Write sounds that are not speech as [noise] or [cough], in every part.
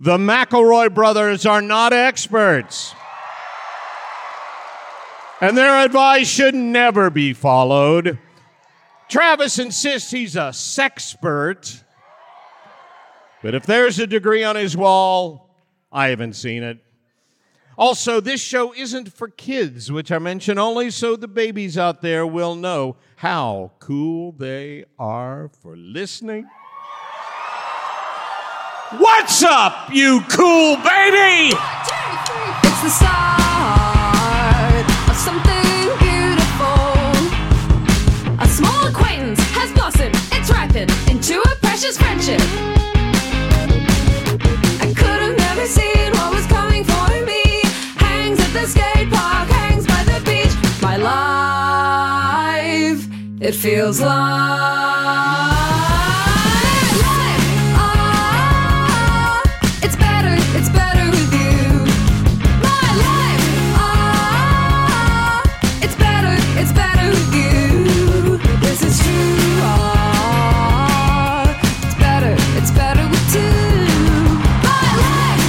The McElroy brothers are not experts. And their advice should never be followed. Travis insists he's a sexpert. But if there's a degree on his wall, I haven't seen it. Also, this show isn't for kids, which I mention only so the babies out there will know how cool they are for listening. What's up, you cool baby? It's the start of something beautiful. A small acquaintance has blossomed, it's ripened into a precious friendship. I could have never seen what was coming for me. Hangs at the skate park, hangs by the beach. My life, it feels like. Life, ah, it's better, it's better with you. My life, ah, it's better, it's better with you. This is true, ah, it's better, it's better with two. My life,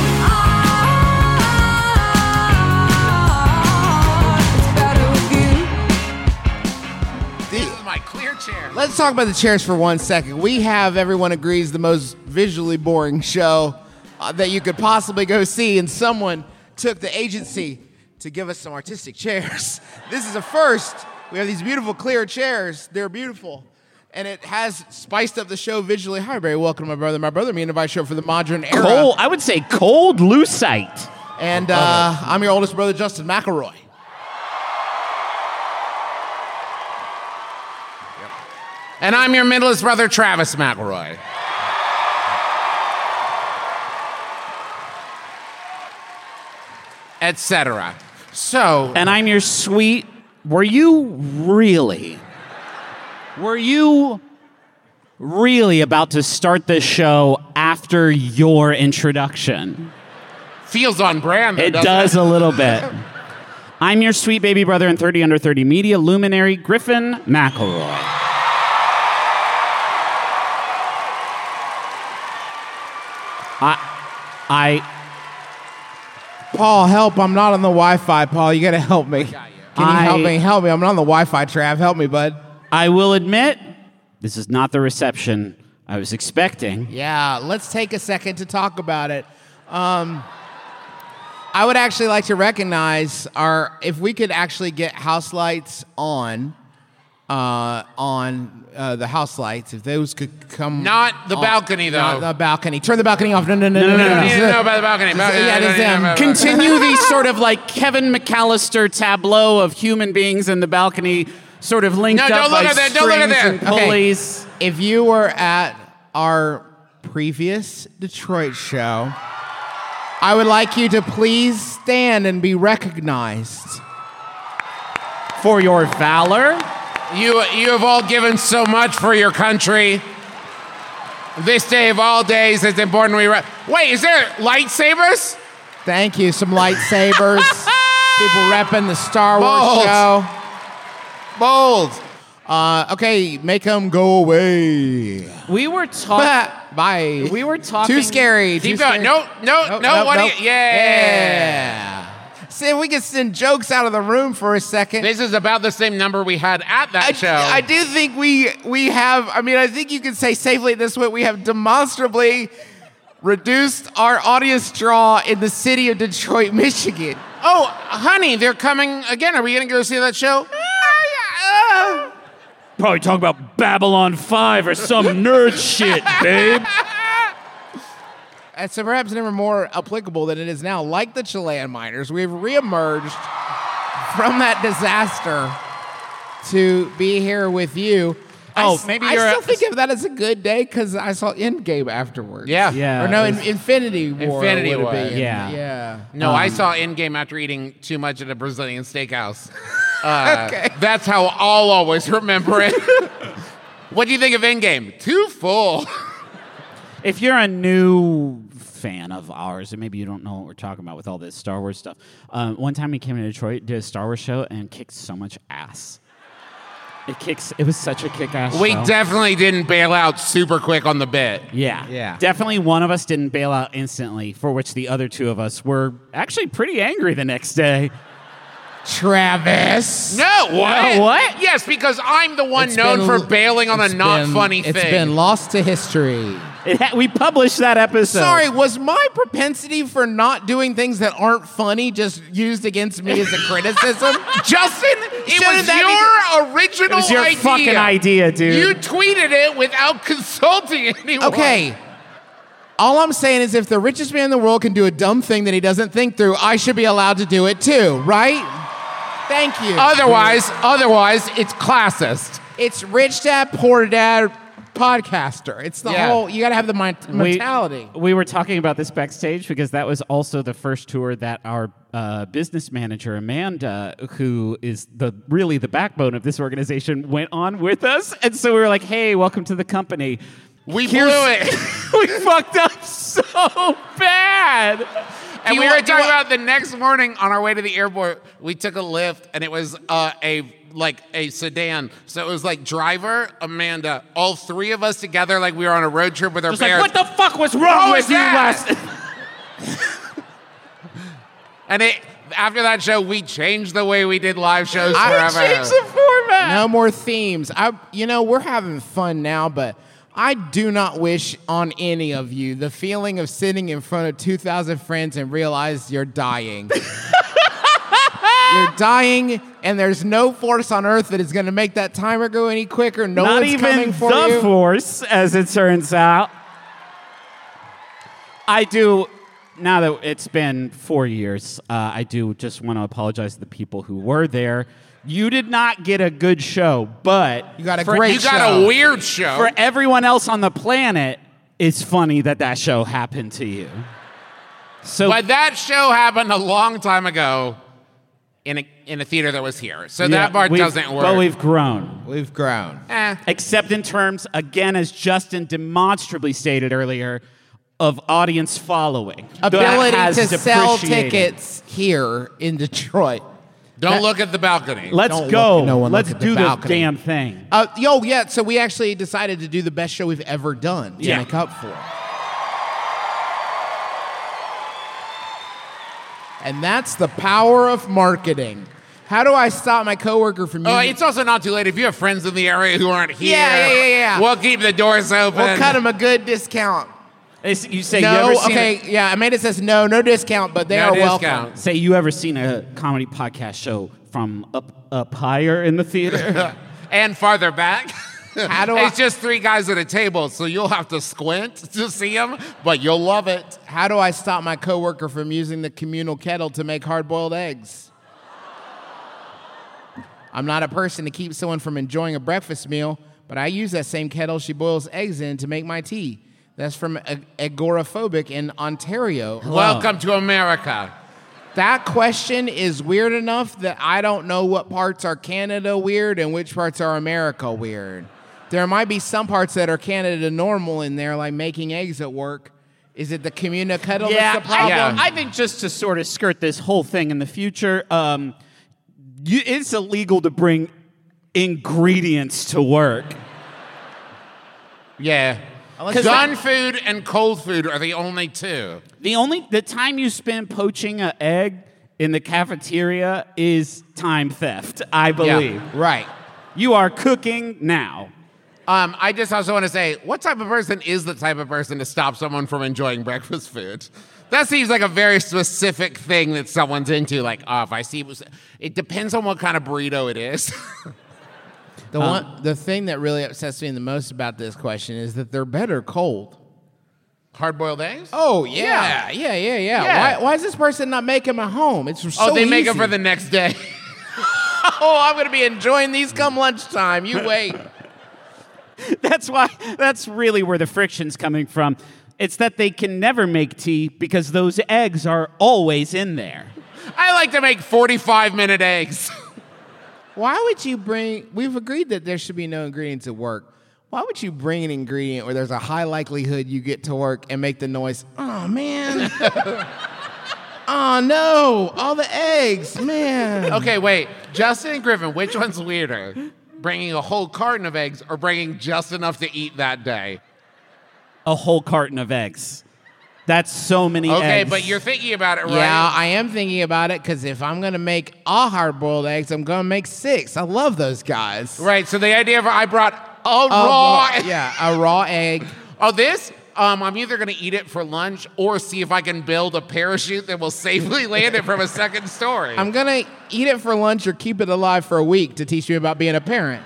ah, it's better with you. This is my clear chair. Let's talk about the chairs for one second. We have, everyone agrees, the most visually boring show uh, that you could possibly go see, and someone took the agency to give us some artistic chairs. [laughs] this is a first. We have these beautiful clear chairs. They're beautiful. And it has spiced up the show visually. Hi, Barry. Welcome to my brother. My brother, me and Advice Show for the modern era. Cold, I would say cold lucite. And uh, I'm your oldest brother, Justin McElroy. And I'm your middleest brother, Travis McElroy. Etc. So, And I'm your sweet. Were you really? Were you really about to start this show after your introduction? feels on brand. though, It doesn't does a little bit. I'm your sweet baby brother in 30 under 30 media luminary, Griffin McElroy. I, I Paul, help. I'm not on the Wi Fi, Paul. You got to help me. Can you I- help me? Help me. I'm not on the Wi Fi, Trav. Help me, bud. I will admit, this is not the reception I was expecting. Yeah, let's take a second to talk about it. Um, I would actually like to recognize our if we could actually get house lights on uh, on uh, the house lights. If those could come, Not the on- balcony, though. Not the balcony. Turn the balcony off. No, no, no, no, No, no. no, no, no, You didn't know about the balcony. Balcony, yeah, it is balcony, them. balcony. [laughs] Continue the sort of like Kevin McAllister tableau of human beings in the balcony, sort of linked No, up don't by look at that, don't look at strings that. and Okay. pulleys. If you were at our previous Detroit show, I would like you to please stand and be recognized. For your valor, You, you have all given so much for your country. This day of all days is important. We re- wait. Is there lightsabers? Thank you. Some lightsabers. [laughs] People repping the Star Bold. Wars show. Bold. Uh, okay, make them go away. we were talking. Bye. We were talking- Too scary. Keep too going. scary. No, no, Nope, no. nope, what? do nope. you- yeah. Yeah. See, if we could send jokes out of the room for a second. This is about the same number we had at that I, show. I do think we we have. I mean, I think you can say safely at this point we have demonstrably reduced our audience draw in the city of Detroit, Michigan. Oh, honey, they're coming again. Are we going to go see that show? Ah, Probably talking about Babylon 5 or some nerd shit, babe. And uh, so perhaps never more applicable than it is now. Like the Chilean miners, we've reemerged from that disaster to be here with you. I Oh, s- maybe I you're still a- think of that as a good day because I saw Endgame afterwards. Yeah. Yeah. Or no, it in, was- Infinity War. Infinity would War. Be. Yeah. Yeah. No, I saw Endgame after eating too much at a Brazilian [laughs] steakhouse. Uh, Okay. That's how I'll always remember [laughs] it. what do you think of Endgame? Too full. if you're a new fan of ours, and maybe you don't know what we're talking about with all this Star Wars stuff, um, one time we came to Detroit, did a Star Wars show, and kicked so much ass. It kicks. It was such a kick-ass. We show. definitely didn't bail out super quick on the bit. Yeah. Yeah. Definitely one of us didn't bail out instantly, for which the other two of us were actually pretty angry the next day. Travis. No, what? No, what? Yes, because I'm the one It's known been- for bailing on a it's not been- funny thing. It's been lost to history. It ha- we published that episode. Sorry, was my propensity for not doing things that aren't funny just used against me [laughs] as a criticism? Justin, it Shouldn't was that be- your original It was your idea. fucking idea, dude. You tweeted it without [laughs] consulting anyone. Okay. All I'm saying is if the richest man in the world can do a dumb thing that he doesn't think through, I should be allowed to do it too, right? Thank you. Otherwise, otherwise, it's classist. it's rich dad, poor dad, podcaster. It's the Yeah. whole, you gotta have the mon- We- mentality. We, were talking about this backstage because that was also the first tour that our uh, business manager Amanda, who is the really the backbone of this organization, went on with us, and so we were like, "Hey, welcome to the company." We blew Here's- [laughs] it. we fucked up so bad. Do And we you were want- do you talking want- about the next morning on our way to the airport. We took a lift, and it was uh, a like a sedan. So it was like driver Amanda, all three of us together, like we were on a road trip with our Just like, parents. what the fuck was wrong What was with you that?" last? [laughs] and it after that show, we changed the way we did live shows I forever. changed the format. No more themes. I, you know, we're having fun now, but I do not wish on any of you the feeling of sitting in front of 2,000 friends and realize [laughs] you're dying. you're dying, and there's no force on earth that is going to make that timer go any quicker. No Not one's even coming for the you. force, as it turns out. I do. Now that it's been four years, uh, I do just want to apologize to the people who were there. You did not get a good show, but you got a for, great You got show. a weird show. for everyone else on the planet, it's funny that that show happened to you. So But that show happened a long time ago in a, in a theater that was here. So yeah, that part we've- doesn't work. But we've grown. We've grown. Eh. except in terms, again, as Justin demonstrably stated earlier, of audience following. That Ability has to sell depreciated. tickets here in Detroit. Don't look at the balcony. Let's Don't go. look- no one Let's look at the do this balcony. damn thing. Uh, yo, yeah. So we actually decided to do the best show we've ever done to Yeah. make up for. it. And that's the power of marketing. How do I stop my coworker from? Oh, using- it's also not too late if you have friends in the area who aren't here. Yeah, yeah, yeah, yeah. We'll keep the doors open. we'll cut him a good discount. It's- you say you no, ever seen okay, yeah. Amanda says no, no discount, but they No are discount. a, welcome. say you ever seen a comedy podcast show from up up higher in the [laughs] theater? And farther back. [laughs] How do I? it's just three guys at a table, so you'll have to squint [laughs] to see them, but you'll love it. How do I stop my coworker from using the communal kettle to make hard boiled eggs? I'm not a person to keep someone from enjoying a breakfast meal, but I use that same kettle she boils eggs in to make my tea. That's from a- Agoraphobic in Ontario. Welcome to America. That question is weird enough that I don't know what parts are Canada weird and which parts are America weird. There might be some parts that are Canada normal in there, like making eggs at work. Is it the communal kettle that's the problem? I, Yeah. I think just to sort of skirt this whole thing in the future, um, you, it's illegal to bring ingredients to work. Yeah. Unless- Done food and cold food are the only two. The only the time you spend poaching an egg in the cafeteria is time theft. I believe Right. you are cooking now. [laughs] Um, I just also want to say, what type of person is the type of person to stop someone from enjoying breakfast food? That seems like a very specific thing that someone's into. Like, oh, if I see, it depends on what kind of burrito it is. [laughs] The one, the thing that really upsets me the most about this question is that they're better cold. Hard boiled eggs? Oh yeah, yeah, yeah, yeah. Yeah. Why, why is this person not making them at home? It's so oh, they make them easy. for the next day. [laughs] Oh, I'm gonna be enjoying these come lunchtime. [laughs] You wait. That's why that's really where the friction's coming from. It's that they can never make tea because those eggs are always in there. I like to make 45 minute eggs. [laughs] Why would you bring? We've agreed that there should be no ingredients at work. Why would you bring an ingredient where there's a high likelihood you get to work and make the noise? Oh man. oh no! All the eggs, man. Okay, wait. Justin and Griffin, which one's weirder? bringing a whole carton of eggs or bringing just enough to eat that day. A whole carton of eggs. That's so many Okay, eggs. but you're thinking about it, right? Yeah, I am thinking about it because if I'm gonna make a hard boiled eggs, I'm gonna make six. I love those guys. Right. So the idea of I brought a A raw. [laughs] egg. yeah, a raw egg. Oh, this. Um, I'm either going to eat it for lunch or see if I can build a parachute that will safely [laughs] land it from a second story. I'm gonna eat it for lunch or keep it alive for a week to teach you about being a parent.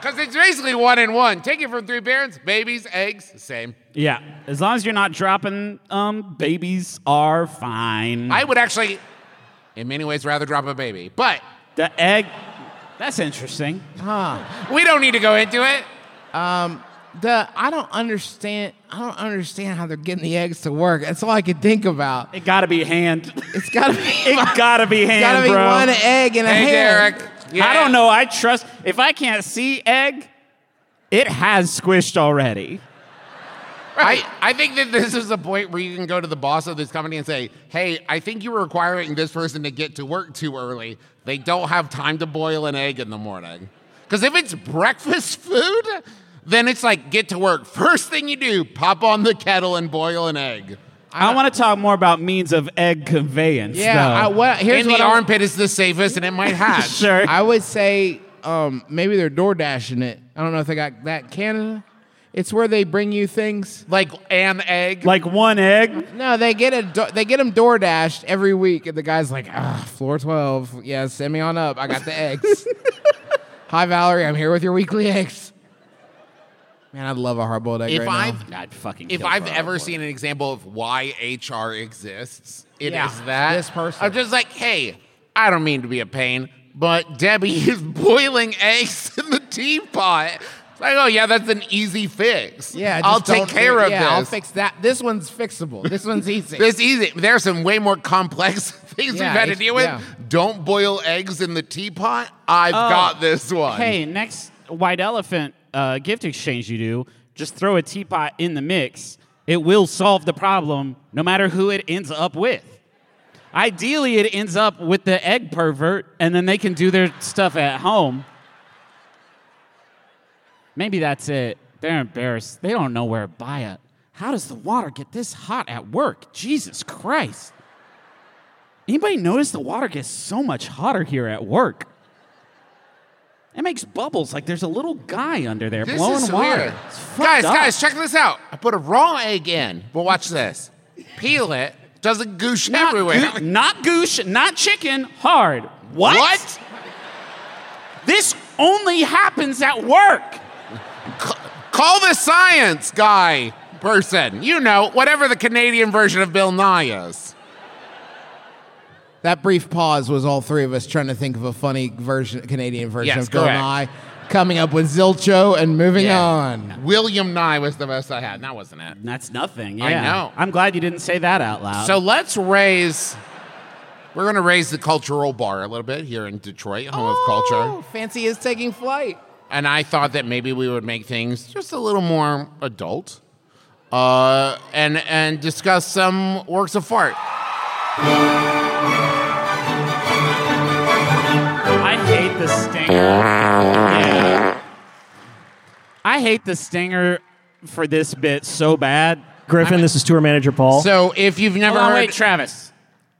Because it's basically one in one. Take it from three parents, babies, eggs, same. yeah, as long as you're not dropping, um, babies are fine. I would actually, in many ways, rather drop a baby. But the egg. That's interesting. we don't need to go into it. The I don't understand. I don't understand how they're getting the eggs to work. That's all I could think about. It gotta be hand. [laughs] It's gotta be. [laughs] it gotta be hand, gotta be bro. one egg and a Hey, hand. Derek. Yeah. I don't know. I trust. If I can't see egg, it has squished already. I, I think that this is a point where you can go to the boss of this company and say, hey, I think you were requiring this person to get to work too early. They don't have time to boil an egg in the morning. Because if it's breakfast food, then it's like, get to work. First thing you do, pop on the kettle and boil an egg. I, want to talk more about means of egg conveyance. Yeah. I, though. what, here's in what the I- armpit is the safest and it [laughs] might hatch. sure. I would say um, maybe they're door dashing it. I don't know if they got that Canada. It's where they bring you things. Like an egg. like one egg. No, they get a do- they get them door dashed every week, and the guy's like, ah, floor twelve. Yeah, send me on up. I got the [laughs] eggs. Hi Valerie, I'm here with your weekly eggs. Man, I'd love a hard boiled egg if right I've now. God, fucking. if kill I've for a ever boy. seen an example of why HR exists, it is Yeah, that this person. I'm just like, hey, I don't mean to be a pain, but Debbie [laughs] is boiling eggs in the teapot. It's like, oh yeah, that's an easy fix. Yeah, just I'll take don't do- care of yeah, this. I'll fix that. This one's fixable. This one's easy. [laughs] This easy. There's some way more complex [laughs] things Yeah, we've had to it's- deal with. yeah. Oh. Don't boil eggs in the teapot. I've got this one. Hey, next white elephant uh, gift exchange you do, just throw a teapot in the mix. It will solve the problem, no matter who it ends up with. Ideally, it ends up with the egg pervert, and then they can do their stuff at home. Maybe that's it. They're embarrassed. They don't know where to buy it. How does the water get this hot at work? Jesus Christ. Anybody notice the water gets so much hotter here at work? It makes bubbles like there's a little guy under there This blowing is water. weird. It's fucked Guys, up. guys, check this out. I put a raw egg in, but watch this. Peel it, doesn't goosh not everywhere. goo- not goosh, not chicken, hard. What? What? This only happens at work. Call the science guy person. You know, whatever the Canadian version of Bill Nye is. That brief pause was all three of us trying to think of a funny version, Canadian version Yes, of Bill correct. Nye, coming up with Zilcho and moving Yeah. on. William Nye was the best I had. and That wasn't it. That's nothing. Yeah. I know. I'm glad you didn't say that out loud. So let's raise. We're going to raise the cultural bar a little bit here in Detroit, home of culture. Oh, fancy is taking flight. and I thought that maybe we would make things just a little more adult, uh, and and discuss some works of art. I hate the stinger. Yeah. I hate the stinger for this bit so bad. Griffin, this is tour manager Paul. So if you've never Hold on, heard, wait, Travis.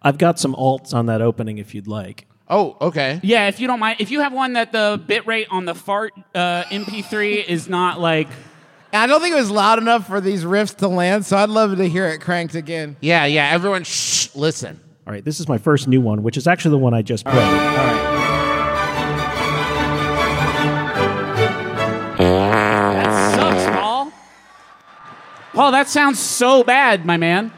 I've got some alts on that opening if you'd like. oh, okay, Yeah, if you don't mind, if you have one that the bit rate on the fart uh, MP3 is not like And I don't think it was loud enough for these riffs to land, so I'd love to hear it cranked again. yeah, yeah. Everyone, shh, listen. All right, this is my first new one, which is actually the one I just played. That sucks, Paul. Paul, that sounds so bad, my man.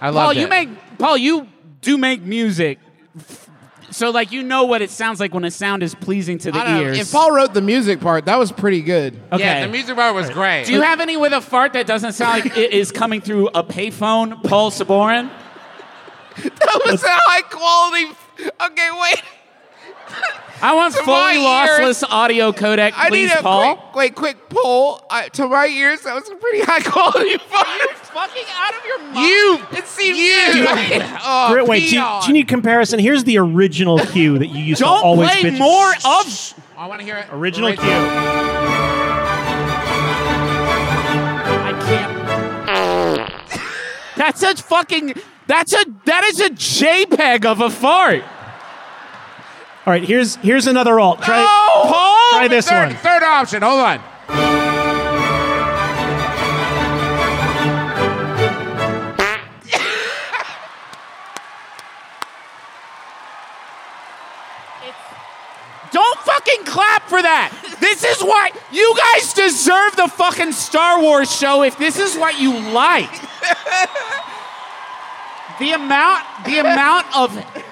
I love Paul, it. you make Paul, you do make music. So like you know what it sounds like when a sound is pleasing to the I don't know, ears. If Paul wrote the music part, that was pretty good. okay. Yeah, the music bar was great. do you have any with a fart that doesn't sound like it is coming through a payphone, Paul Saborin? that was a high quality. Okay, wait. I want To fully my lossless audio codec, I please, need a Paul. quick, wait, quick poll. I, to my ears, that was a pretty high quality [laughs] fart. Fucking out of your mind. You, it seems you. Uh, oh, Gri- Wait, do you, do you need comparison? Here's the original cue that you used to Don't always play bitch. more of I want to hear it. Original Orig- cue. I can't. That's a fucking. That's a. That is a JPEG of a fart. All right, here's here's another alt. Try, Oh, Paul. try this Third, one. third option. Hold on. Don't fucking clap for that. This is what you guys deserve the fucking Star Wars show if this is what you like. the amount the amount of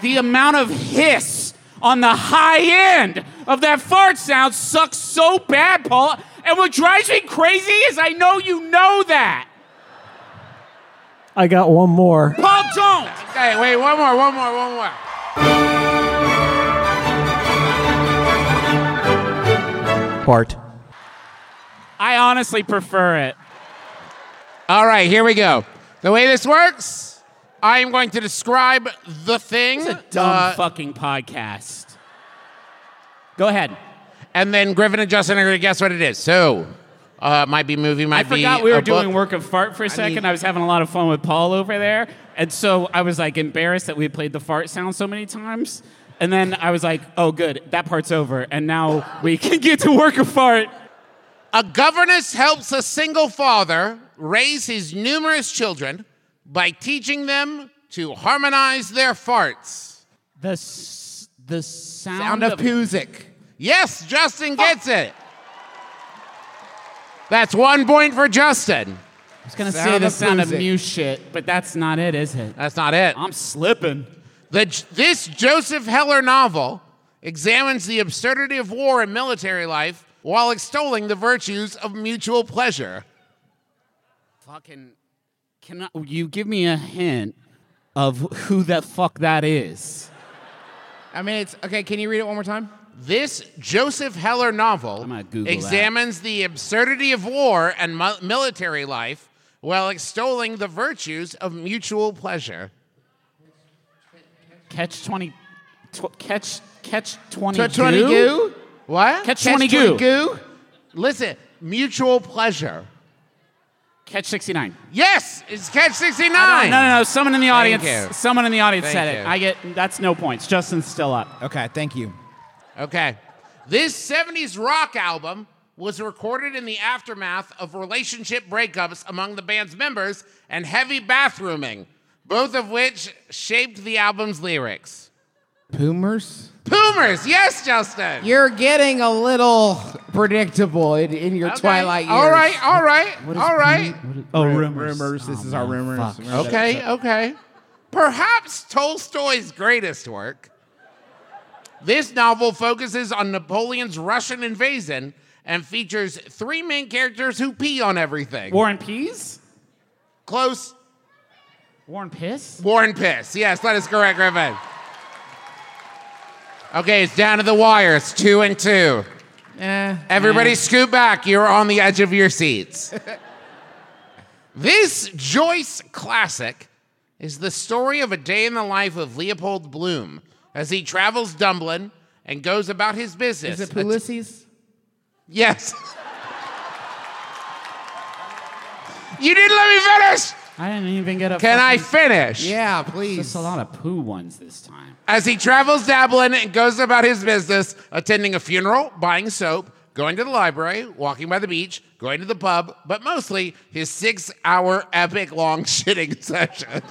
the amount of hiss on the high end of that fart sound sucks so bad, Paul. And what drives me crazy is I know you know that. I got one more. Paul, don't. Hey, wait, one more, one more, one more. Bart. I honestly prefer it. All right, here we go. The way this works, I am going to describe the thing, Dumb uh, fucking podcast. Go ahead. and then Griffin and Justin are going to guess what it is. So, uh, might be movie, might I be. forgot we a were book. doing work of fart for a second. I, mean- was having a lot of fun with Paul over there, and so I was like embarrassed that we had played the fart sound so many times. And then I was like, "Oh, good, that part's over, and now we [laughs] can get to work of fart." A governess helps a single father raise his numerous children by teaching them to harmonize their farts. The s- the sound, Sound of Puzik. Yes, Oh. Justin gets it. That's one point for Justin. I was gonna Sound say the of sound of music. new shit, but that's not it, is it? That's not it. I'm slipping. The, this Joseph Heller novel examines the absurdity of war and military life while extolling the virtues of mutual pleasure. Fucking, can you give me a hint of who the fuck that is? I mean, it's okay. Can you read it one more time? This Joseph Heller novel I'm gonna Google that. examines the absurdity of war and mu- military life while extolling the virtues of mutual pleasure. Catch twenty, tw- catch catch twenty. Tw- 20 goo? What? Catch Catch 20 20 goo. goo? Listen, mutual pleasure. Catch 69. Yes, it's Catch 69. I don't- No, no, no. Someone in the audience. you. Someone in the audience Thank said it. you. I get that's no points. Justin's still up. Okay, thank you. Okay. This 70s rock album was recorded in the aftermath of relationship breakups among the band's members and heavy bathrooming, both of which shaped the album's lyrics. Poomers? Poomers, yes, Justin. You're getting a little predictable in, in your Okay. twilight years. All right, all right, all right. Oh, rumors. This is our Oh, rumors. Okay, okay. Perhaps Tolstoy's greatest work. This novel focuses on Napoleon's Russian invasion and features three main characters who pee on everything. Warren Pease? Close Warren Piss? Warren Piss. Yes, that is correct, Griffin. Okay, it's down to the wire. It's two and two. Eh. Everybody scoot back. You're on the edge of your [laughs] seats. this Joyce classic is the story of a day in the life of Leopold Bloom as he travels Dublin and goes about his business. Is it Ulysses? yes. [laughs] you didn't let me finish. I didn't even get a Can I fucking- finish? Yeah, please. That's a lot of poo ones this time. As he travels Dublin and goes about his business, attending a funeral, buying soap, going to the library, walking by the beach, going to the pub, but mostly his six hour epic long [laughs] shitting session.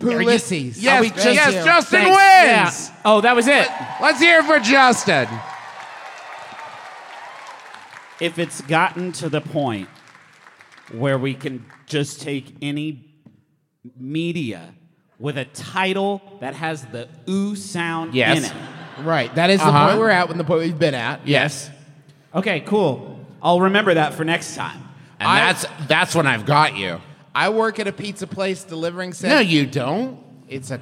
Ulysses. Yes, Are we just yes here? Justin Thanks. wins. Yeah. Oh, that was it. Let's hear it for Justin. If it's gotten to the point where we can just take any media with a title that has the ooh sound Yes. in it. Right. That is Uh-huh. the point we're at when the point we've been at. Yes. Okay, cool. I'll remember that for next time. And I- that's that's when I've got you. I work at a pizza place delivering No, said you don't. it's a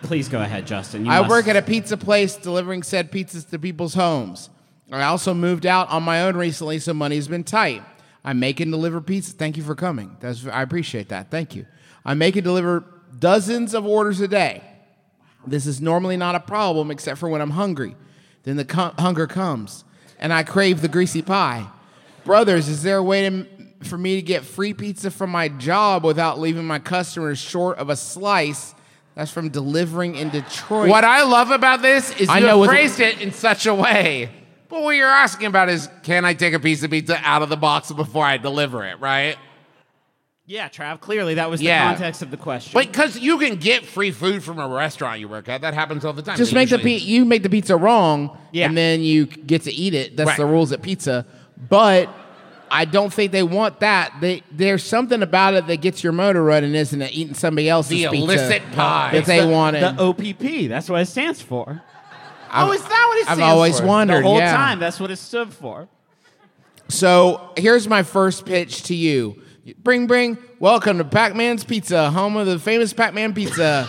Please go ahead, Justin. You I must- work at a pizza place delivering said pizzas to people's homes. I also moved out on my own recently, so money's been tight. I make and deliver pizza. Thank you for coming. That's I appreciate that. Thank you. I make and deliver dozens of orders a day. This is normally not a problem except for when I'm hungry. Then the co- hunger comes and I crave the greasy pie. Brothers, is there a way to, m- for me to get free pizza from my job without leaving my customers short of a slice? That's from delivering in Detroit. What I love about this is I you know have it's- phrased it in such a way. But what you're asking about is, can I take a piece of pizza out of the box before I deliver it, right? Yeah, Trav. Clearly, that was Yeah. the context of the question. But because you can get free food from a restaurant you work at, that happens all the time. just They make the usually- pi- you make the pizza wrong, Yeah. and then you get to eat it. That's Right. the rules at pizza. But I don't think they want that. They there's something about it that gets your motor running, isn't it? Eating somebody else's The pizza illicit pie. that It's they the, wanted. the OPP. That's what it stands for. I've- Oh, is that what it I've stands always for? wondered. The whole yeah. time, that's what it stood for. So here's my first pitch to you. Bring, bring. Welcome to Pac-Man's Pizza, home of the famous Pac-Man [laughs] Pizza,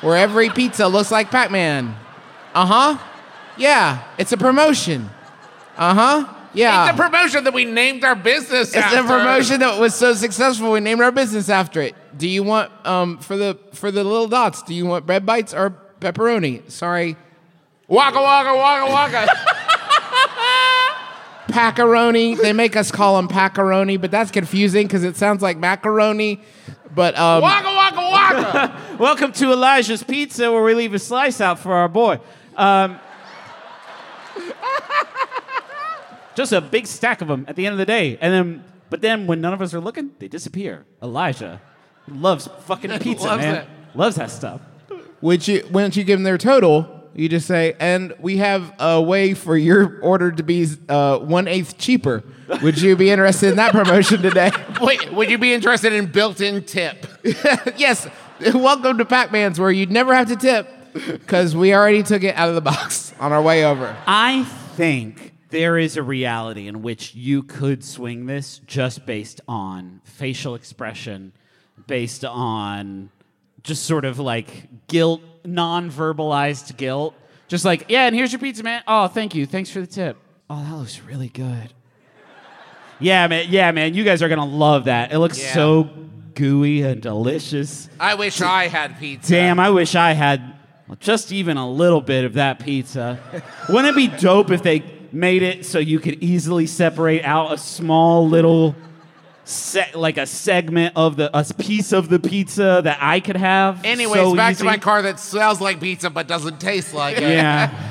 where every pizza looks like Pac-Man. Uh huh. Yeah, it's a promotion. Uh huh. Yeah. It's a promotion that we named our business It's after. the promotion that was so successful we named our business after it. Do you want um for the for the little dots? Do you want bread bites or pepperoni? Sorry, Waka waka waka waka. packaroni. They make us call them packaroni, but that's confusing because it sounds like macaroni. But um, waka waka waka. [laughs] Welcome to Elijah's Pizza, where we leave a slice out for our boy. Um, just a big stack of them at the end of the day, and then but then when none of us are looking, they disappear. Elijah loves [laughs] fucking pizza, Loves man. it. Loves that stuff. would you once you give them their total, you just say, and we have a way for your order to be uh, one eighth cheaper. Would you be interested in that promotion today? [laughs] Wait, would you be interested in built-in tip? yes, welcome to Pac-Man's where you'd never have to tip because we already took it out of the box on our way over. I think there is a reality in which you could swing this just based on facial expression, based on just sort of like guilt, non verbalized guilt. Just like, yeah, and here's your pizza, man. Oh, thank you. Thanks for the tip. Oh, that looks really good. Yeah, man. Yeah, man. You guys are going to love that. It looks Yeah. so gooey and delicious. I [laughs] wish I had pizza. Damn, I wish I had just even a little bit of that pizza. Wouldn't it be dope if they made it so you could easily separate out a small little se- like a segment of the a piece of the pizza that I could have? Anyways, so back easy? to my car that smells like pizza but doesn't taste like it. [laughs] Yeah.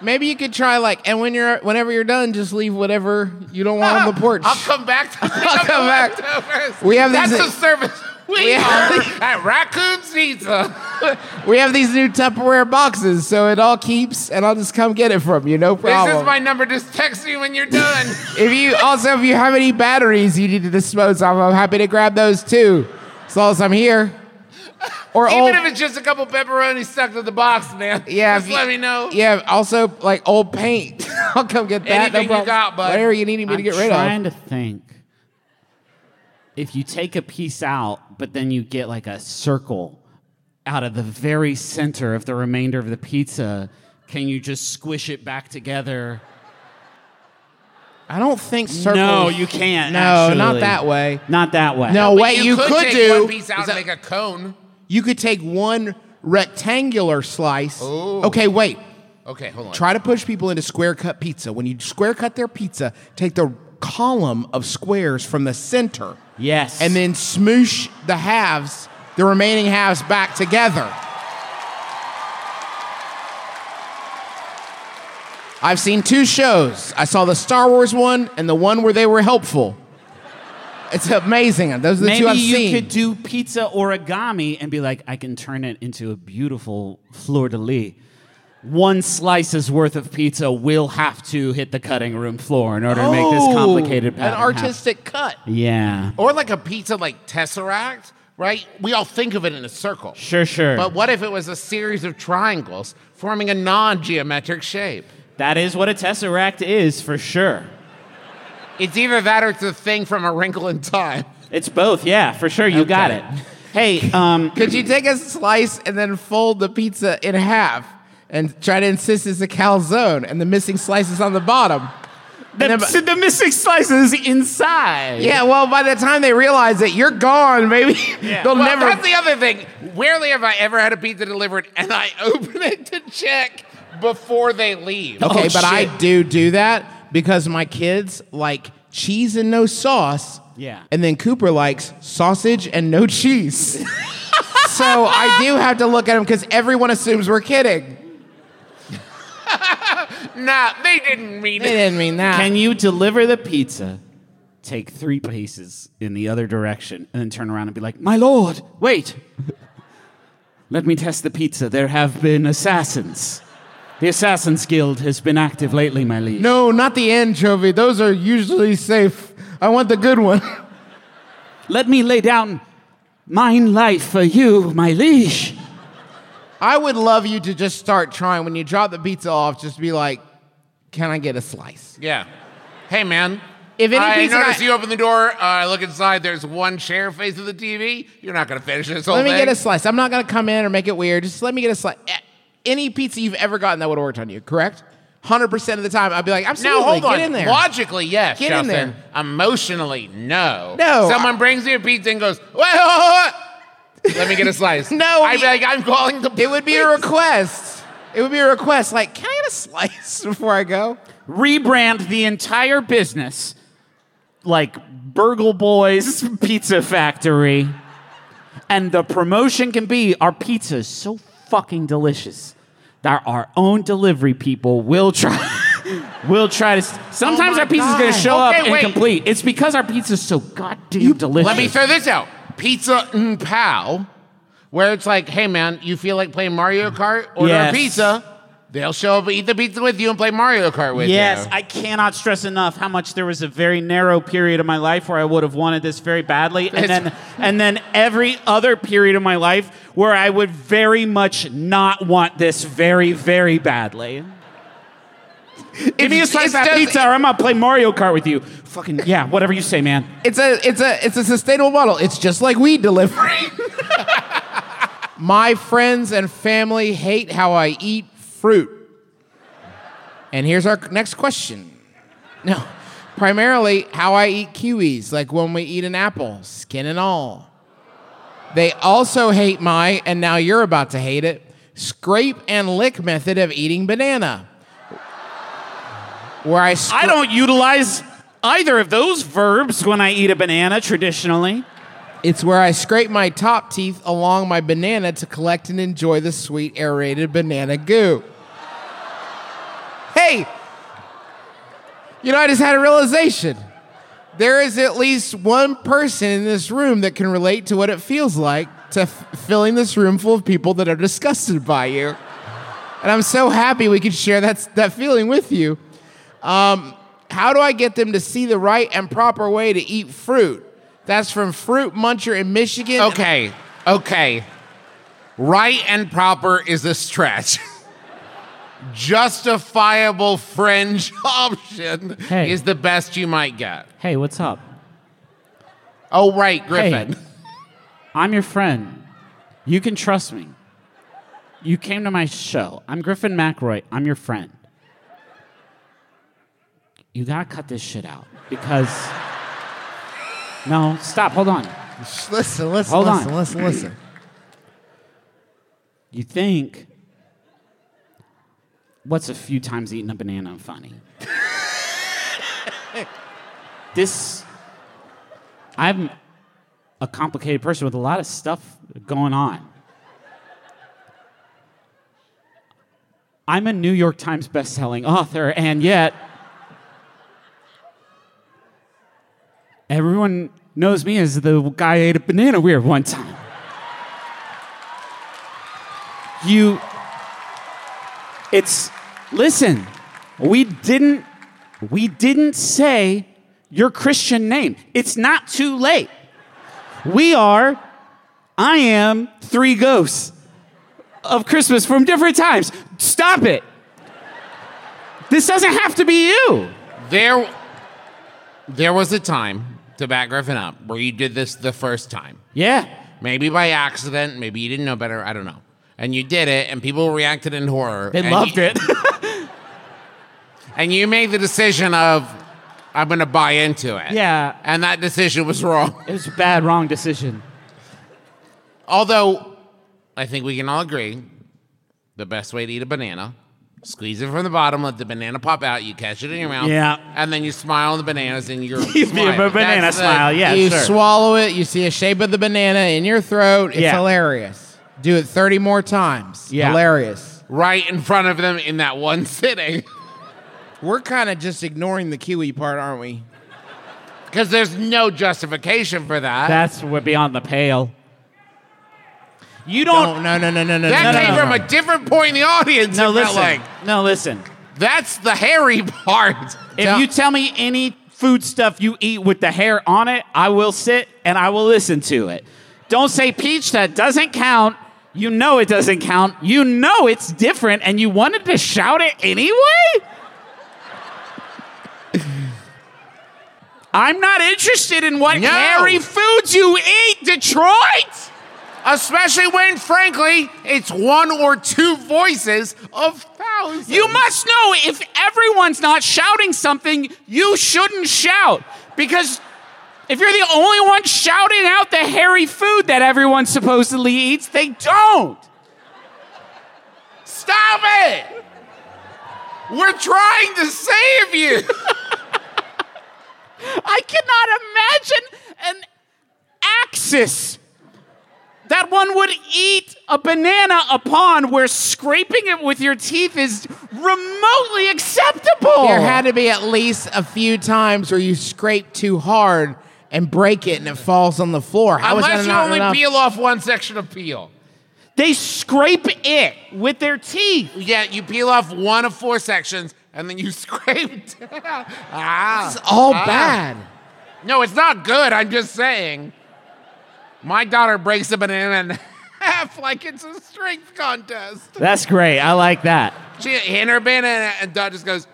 Maybe you could try like, and when you're whenever you're done, just leave whatever you don't want [laughs] on the porch. I'll come back. To I'll come [laughs] back. leftovers. We have these- That's the service we We have- [laughs] offer at Raccoon's Pizza. we have these new Tupperware boxes, so it all keeps, and I'll just come get it from you. No This problem. is my number. Just text me when [laughs] you're done. if you also if you have any batteries you need to dispose of, I'm happy to grab those too, as long as I'm here. Or old, Even if it's just a couple pepperonis stuck to the box, man. Oh. yeah, just if you- let me know. Yeah, also like old paint. [laughs] I'll come get that. Anything you no problem. got, bud. Whatever you needing me to get rid of. trying to think. If you take a piece out, but then you get like a circle out of the very center of the remainder of the pizza, can you just squish it back together? I don't think circles. No, you can't. No, actually. not that way. Not that way. No, what you, could, take do one piece out is and that- make a cone. you could take one rectangular slice. Okay, wait. Okay, hold on. Try to push people into square cut pizza. When you square cut their pizza, take the column of squares from the center Yes. and then smoosh the halves, the remaining halves back together. I've seen two shows. I saw the Star Wars one and the one where they were helpful. It's amazing. Those are the maybe two I've you seen. could do pizza origami and be like, I can turn it into a beautiful fleur de lis. One slice's worth of pizza will have to hit the cutting room floor in order to make this Oh, complicated pattern. An happen. artistic cut. Yeah. or like a pizza like Tesseract, right? We all think of it in a circle. Sure, sure. But what if it was a series of triangles forming a non geometric shape? that is what a tesseract is for sure. It's either that or it's a thing from A Wrinkle in Time. It's both, yeah, for sure. You got it. Hey, [laughs] um, Could you take a slice and then fold the pizza in half and try to insist it's a calzone and the missing slice is on the bottom? The, then- so the missing slice is inside. Yeah, well, by the time they realize that you're gone, baby, [laughs] they'll Well, never. That's the other thing. Rarely have I ever had a pizza delivered, [laughs] and I [laughs] open it to check before they leave. Okay, but I do do that because my kids like cheese and no sauce. Yeah. And then Cooper likes sausage and no cheese. [laughs] so I do have to look at him because everyone assumes we're kidding. Nah, they didn't mean They it. didn't mean that. Can you deliver the pizza, take three pieces in the other direction, and then turn around and be like, My lord, wait. [laughs] Let me test the pizza. There have been assassins. The Assassins Guild has been active lately, my liege. no, not the anchovy. Those are usually safe. I want the good one. [laughs] Let me lay down mine life for you, my liege. I would love you to just start trying when you drop the pizza off, just be like, can I get a slice? Yeah. Hey, man. If any I pizza notice guy- you open the door. uh, I look inside. There's one chair face of the TV. You're not gonna finish this whole Let me thing. get a slice. I'm not going to come in or make it weird. Just let me get a slice. Eh, Any pizza you've ever gotten that would have worked on you, correct? 100% of the time, I'd be like, absolutely, Now hold get on. in there. [laughs] Logically, yes. Get in Justin. Emotionally, no. No, Someone I- brings you a pizza and goes, "Wait, hold on, hold on." [laughs] Let me get a [laughs] slice. No, I'd be you- like, I'm calling the. It would be a request. It would be a request. Like, can I get a slice [laughs] before I go? Rebrand the entire business like Burgle Boys [laughs] Pizza Factory. And the promotion can be our pizza is so fucking delicious that our own delivery people will try. [laughs] Will try to. s- Sometimes my our pizza's gonna God. show Oh Okay, up wait. incomplete. It's because our pizza's so goddamn delicious. [laughs] Let me throw this out. Pizza and Pow, where it's like, hey man, you feel like playing Mario Kart? Order Yes. a pizza. They'll show up, eat the pizza with you, and play Mario Kart with Yes, you. I cannot stress enough how much there was a very narrow period of my life where I would have wanted this very badly, and It's- then and then every other period of my life where I would very much not want this very very badly. Give me a slice of it's that just- pizza, or I'm gonna play Mario Kart with you. Fucking yeah, whatever you say, man. It's a it's a it's a sustainable model. It's just like weed delivery. [laughs] My friends and family hate how I eat fruit. And here's our next question. No, primarily how I eat kiwis, like when we eat an apple, skin and all. They also hate my, and now you're about to hate it, scrape and lick method of eating banana. Where I, [laughs] scra- I don't utilize either of those verbs when I eat a banana traditionally. It's where I scrape my top teeth along my banana to collect and enjoy the sweet aerated banana goo. Hey, you know, I just had a realization. There is at least one person in this room that can relate to what it feels like to f- filling this room full of people that are disgusted by you. And I'm so happy we could share that, that feeling with you. Um, how do I get them to see the right and proper way to eat fruit? That's from Fruit Muncher in Michigan. Okay, okay. Right and proper is [laughs] a stretch. Justifiable fringe [laughs] option Hey. is the best you might get. Hey, what's up? Oh, right, Griffin. Hey, I'm your friend. You can trust me. You came to my show. I'm Griffin McRoy. I'm your friend. You gotta cut this shit out because. No, stop. Hold on. Listen, listen, Hold listen, on. listen, listen. You think. What's a few times eating a banana [laughs] funny? this. I'm a complicated person with a lot of stuff going on. I'm a New York Times best-selling author, and yet everyone knows me as the guy who ate a banana weird one time. You, it's listen. We didn't, we didn't say your Christian name. It's not too late. We are, I am three ghosts of Christmas from different times. Stop it. This doesn't have to be you. There, there was a time to back Griffin up where you did this the first time. Yeah. Maybe by accident, maybe you didn't know better, I don't know. And you did it, and people reacted in horror. They and loved you- it. And you made the decision of, I'm going to buy into [laughs] it. Yeah. And that decision was wrong. It was a bad, wrong decision. Although, I think we can all agree the best way to eat a banana, squeeze it from the bottom, let the banana pop out, you catch it in your mouth. Yeah. And then you smile on the bananas [laughs] and you're. You give a banana That's the- smile, yeah, you sure. swallow it, you see a shape of the banana in your throat. It's Yeah. hilarious. Do it 30 more times. Yeah. Hilarious. Right in front of them in [laughs] that one sitting. We're kind of just ignoring the kiwi part, aren't we? Because there's no justification for that. That's we're beyond the pale. You don't. Oh, no, no, no, no, no. that no, came no, from a different point in the audience. No, it listen. felt like no, listen. that's the hairy [laughs] part. If Tell- you tell me any food stuff you eat with the hair on it, I will sit and I will listen to it. Don't say peach, that doesn't count. You know it doesn't count. You know it's different, and you wanted to shout it anyway? I'm not interested in what No. hairy foods you eat, Detroit! Especially when, frankly, it's one or two voices of thousands. You must know if everyone's not shouting something, you shouldn't shout. Because if you're the only one shouting out the hairy food that everyone supposedly eats, they don't. Stop it! We're trying to save you. [laughs] I cannot imagine an axis that one would eat a banana upon where scraping it with your teeth is remotely acceptable. There had to be at least a few times where you scrape too hard and break it and it falls on the floor. How is that Unless you not only enough? peel off one section of peel. they scrape it with their teeth. Yeah, you peel off one of four sections and then you [laughs] scrape down. Ah. It's all Ah. bad. No, it's not good. I'm just saying. My daughter breaks a banana in [laughs] half like it's a strength contest. That's great. I like that. She in her banana and Dot just goes.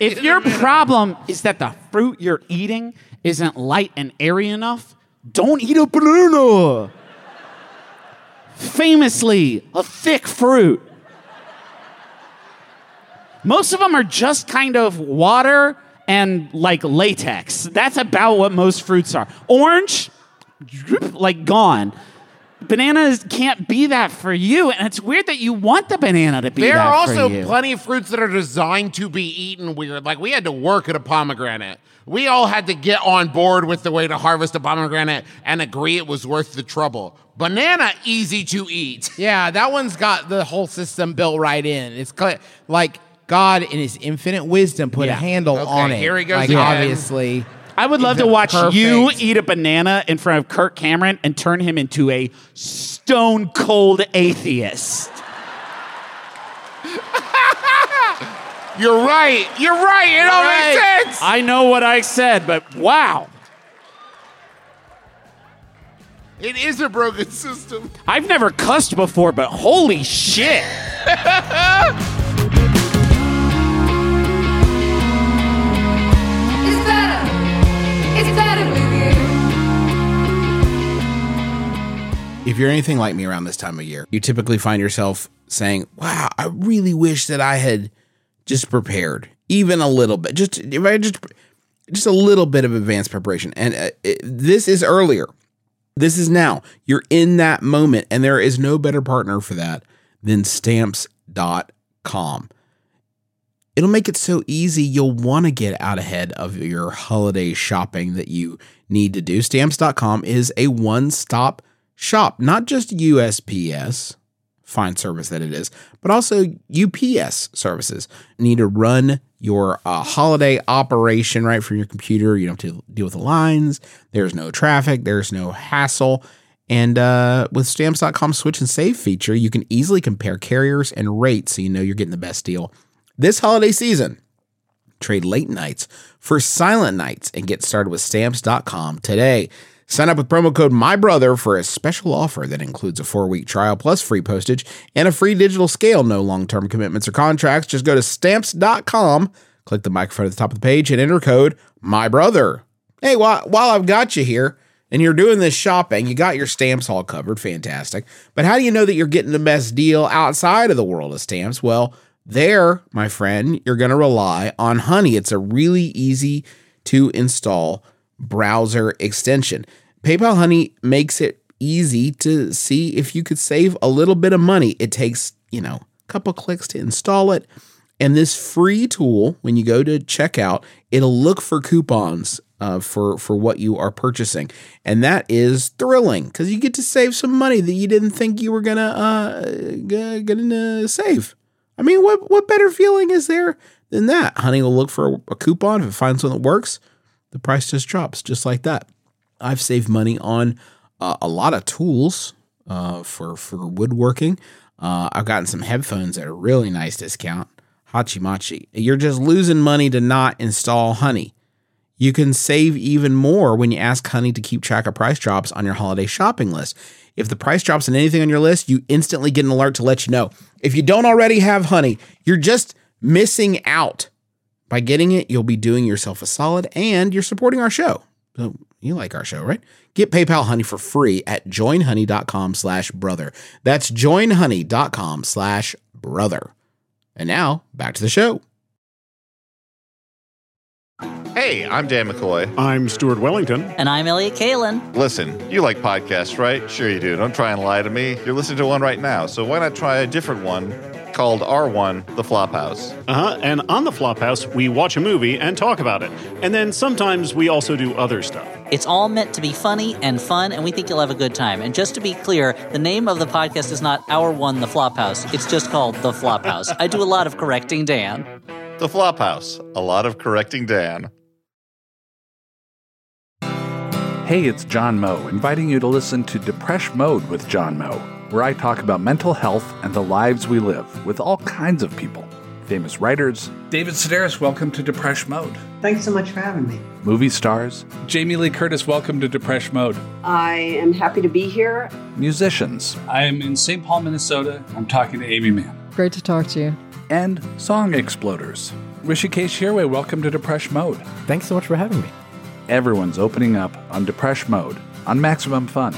If your problem is that the fruit you're eating isn't light and airy enough, don't eat a banana. Famously, a thick fruit. Most of them are just kind of water and like latex. That's about what most fruits are. Orange, droop, like gone. Bananas can't be that for you, and it's weird that you want the banana to be There that are also for you. plenty of fruits that are designed to be eaten weird. Like we had to work at a pomegranate. We all had to get on board with the way to harvest a pomegranate and agree it was worth the trouble. Banana easy to eat. [laughs] Yeah, that one's got the whole system built right in. It's cl- like God in his infinite wisdom put Yeah. a handle Okay, on it. here he goes Like, again. obviously. I would love to the watch perfect- you eat a banana in front of Kirk Cameron and turn him into a stone cold atheist. You're right. You're right. It all Right. makes sense. I know what I said, but wow. It is a broken system. I've never cussed before, but holy shit. It's better. It's better with you. If you're anything like me around this time of year, you typically find yourself saying, Wow, I really wish that I had just prepared even a little bit. Just if I just just a little bit of advanced preparation. And uh, it, this is earlier. This is now. You're in that moment and there is no better partner for that than stamps.com. It'll make it so easy you'll want to get out ahead of your holiday shopping that you need to do. Stamps.com is a one stop shop, not just USPS, fine service that it is, but also UPS services. Need to run your uh, holiday operation right from your computer. You don't have to deal with the lines, there's no traffic, there's no hassle. And uh, with stamps.com switch and save feature, you can easily compare carriers and rates so you know you're getting the best deal. This holiday season, trade late nights for silent nights and get started with stamps.com today. Sign up with promo code MyBrother for a special offer that includes a four week trial plus free postage and a free digital scale. No long term commitments or contracts. Just go to stamps.com, click the microphone at the top of the page, and enter code MyBrother. Hey, while, while I've got you here and you're doing this shopping, you got your stamps all covered. Fantastic. But how do you know that you're getting the best deal outside of the world of stamps? Well, there, my friend, you're going to rely on Honey. It's a really easy to install browser extension. PayPal Honey makes it easy to see if you could save a little bit of money. It takes, you know, a couple clicks to install it. And this free tool, when you go to checkout, it'll look for coupons uh, for for what you are purchasing, and that is thrilling because you get to save some money that you didn't think you were gonna uh, g- gonna save. I mean, what what better feeling is there than that? Honey will look for a, a coupon if it finds one that works. The price just drops, just like that. I've saved money on uh, a lot of tools uh, for for woodworking. Uh, I've gotten some headphones at a really nice discount. Hachimachi. You're just losing money to not install Honey. You can save even more when you ask Honey to keep track of price drops on your holiday shopping list. If the price drops on anything on your list, you instantly get an alert to let you know. If you don't already have Honey, you're just missing out. By getting it, you'll be doing yourself a solid and you're supporting our show. So you like our show, right? Get PayPal Honey for free at joinhoney.com slash brother. That's joinhoney.com slash brother. And now back to the show. Hey, I'm Dan McCoy. I'm Stuart Wellington. And I'm Elliot Kalin. Listen, you like podcasts, right? Sure you do. Don't try and lie to me. You're listening to one right now, so why not try a different one called R1 The Flophouse? Uh huh. And on the Flophouse, we watch a movie and talk about it. And then sometimes we also do other stuff. It's all meant to be funny and fun, and we think you'll have a good time. And just to be clear, the name of the podcast is not Our One The Flophouse. It's just called The Flophouse. I do a lot of correcting Dan. The Flophouse. A lot of correcting Dan. Hey, it's John Moe, inviting you to listen to Depression Mode with John Moe, where I talk about mental health and the lives we live with all kinds of people famous writers, David Sedaris, welcome to Depression Mode. Thanks so much for having me. movie stars, Jamie Lee Curtis, welcome to Depression Mode. I am happy to be here. musicians, I am in St. Paul, Minnesota. I'm talking to Amy Mann. Great to talk to you. and song exploders. Rishikesh Hirway, welcome to Depression Mode. Thanks so much for having me. Everyone's opening up on Depression Mode on Maximum Fun.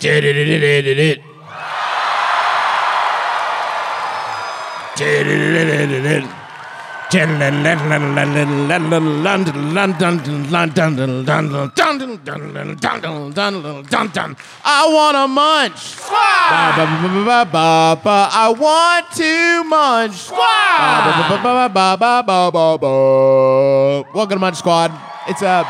Did-it-it-it-it-it-it. Did-it-it-it-it-it. I want a munch. Ba, ba, ba, ba, ba, ba, ba. I want to munch. Ba, ba, ba, ba, ba, ba, ba, ba, ba. Welcome to Munch Squad. It's a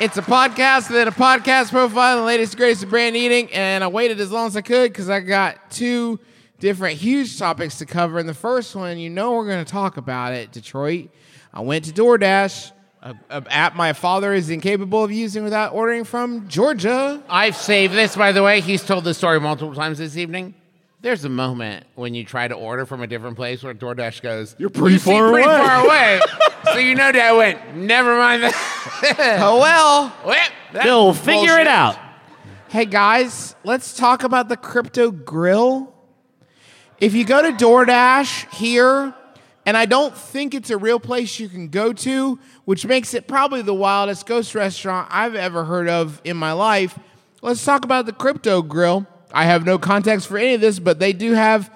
it's a podcast that a podcast profile on the latest and greatest of brand eating, and I waited as long as I could because I got two different huge topics to cover. And the first one, you know, we're going to talk about it, Detroit. I went to DoorDash, a, a app my father is incapable of using without ordering from Georgia. I've saved this, by the way. He's told this story multiple times this evening. There's a moment when you try to order from a different place where DoorDash goes, You're pretty far pretty away." [laughs] far away. so you know Dad went, Never mind that. Oh well. well that They'll Oh, figure bullshit. it out. Hey guys, let's talk about the crypto grill. If you go to DoorDash here, and I don't think it's a real place you can go to, which makes it probably the wildest ghost restaurant I've ever heard of in my life. Let's talk about the crypto grill. I have no context for any of this, but they do have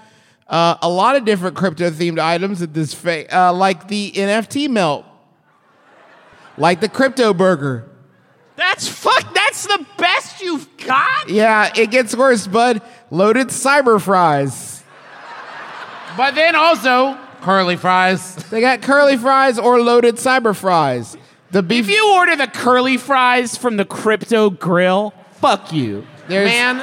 uh, a lot of different crypto themed items at this, fa- uh, like the NFT melt, like the crypto burger. That's fuck. That's the best you've got. Yeah, it gets worse, bud. Loaded cyber fries. But then also, curly fries. They got curly fries or loaded cyber fries. The beef. If you order the curly fries from the crypto grill, fuck you. there's- Man,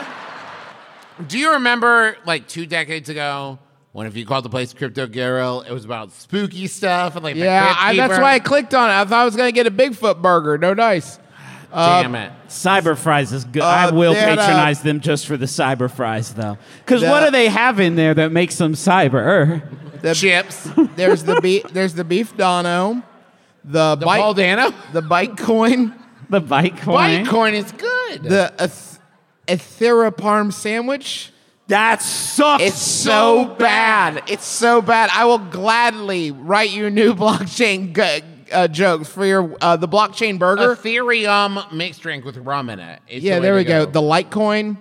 do you remember like two decades ago when if you called the place Crypto Grill, it was about spooky stuff and like the yeah, crypt I, that's keeper? why I clicked on it. I thought I was gonna get a Bigfoot burger. No dice. Uh, Damn it! Cyber fries is good. I will they had, uh, patronize them just for the cyber fries, though. Because The- what do they have in there that makes them cyber? [laughs] The, Chips, There's the beef. There's the beef dono. The, the bite- Paul [laughs] Dano. The bite coin. The bike coin. Bitcoin is good. The eth- etheraparm sandwich. That sucks. It's so bad. It's so bad. I will gladly write you new [laughs] blockchain g- uh, jokes for your uh, the blockchain burger. Ethereum mixed drink with rum in it. It's the Yeah, way there to we go. The Litecoin,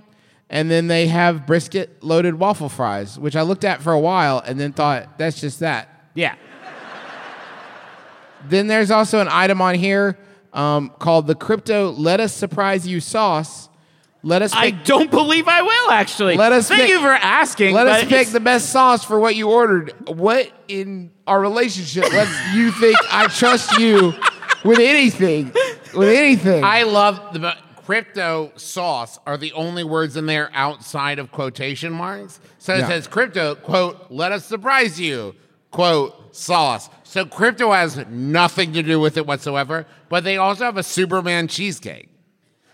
And then they have brisket loaded waffle fries, which I looked at for a while and then thought, that's just that. Yeah. Then there's also an item on here um, called the Crypto Let Us Surprise You Sauce. Let us. I don't believe I will actually. Let us. Thank pick- you for asking. Let us but pick it's- the best sauce for what you ordered. What in our relationship lets you think I trust you with anything? With anything? I love the crypto sauce are the only words in there outside of quotation marks. So it Yeah. says crypto, quote, let us surprise you, quote, sauce. So crypto has nothing to do with it whatsoever, but they also have a Superman cheesecake,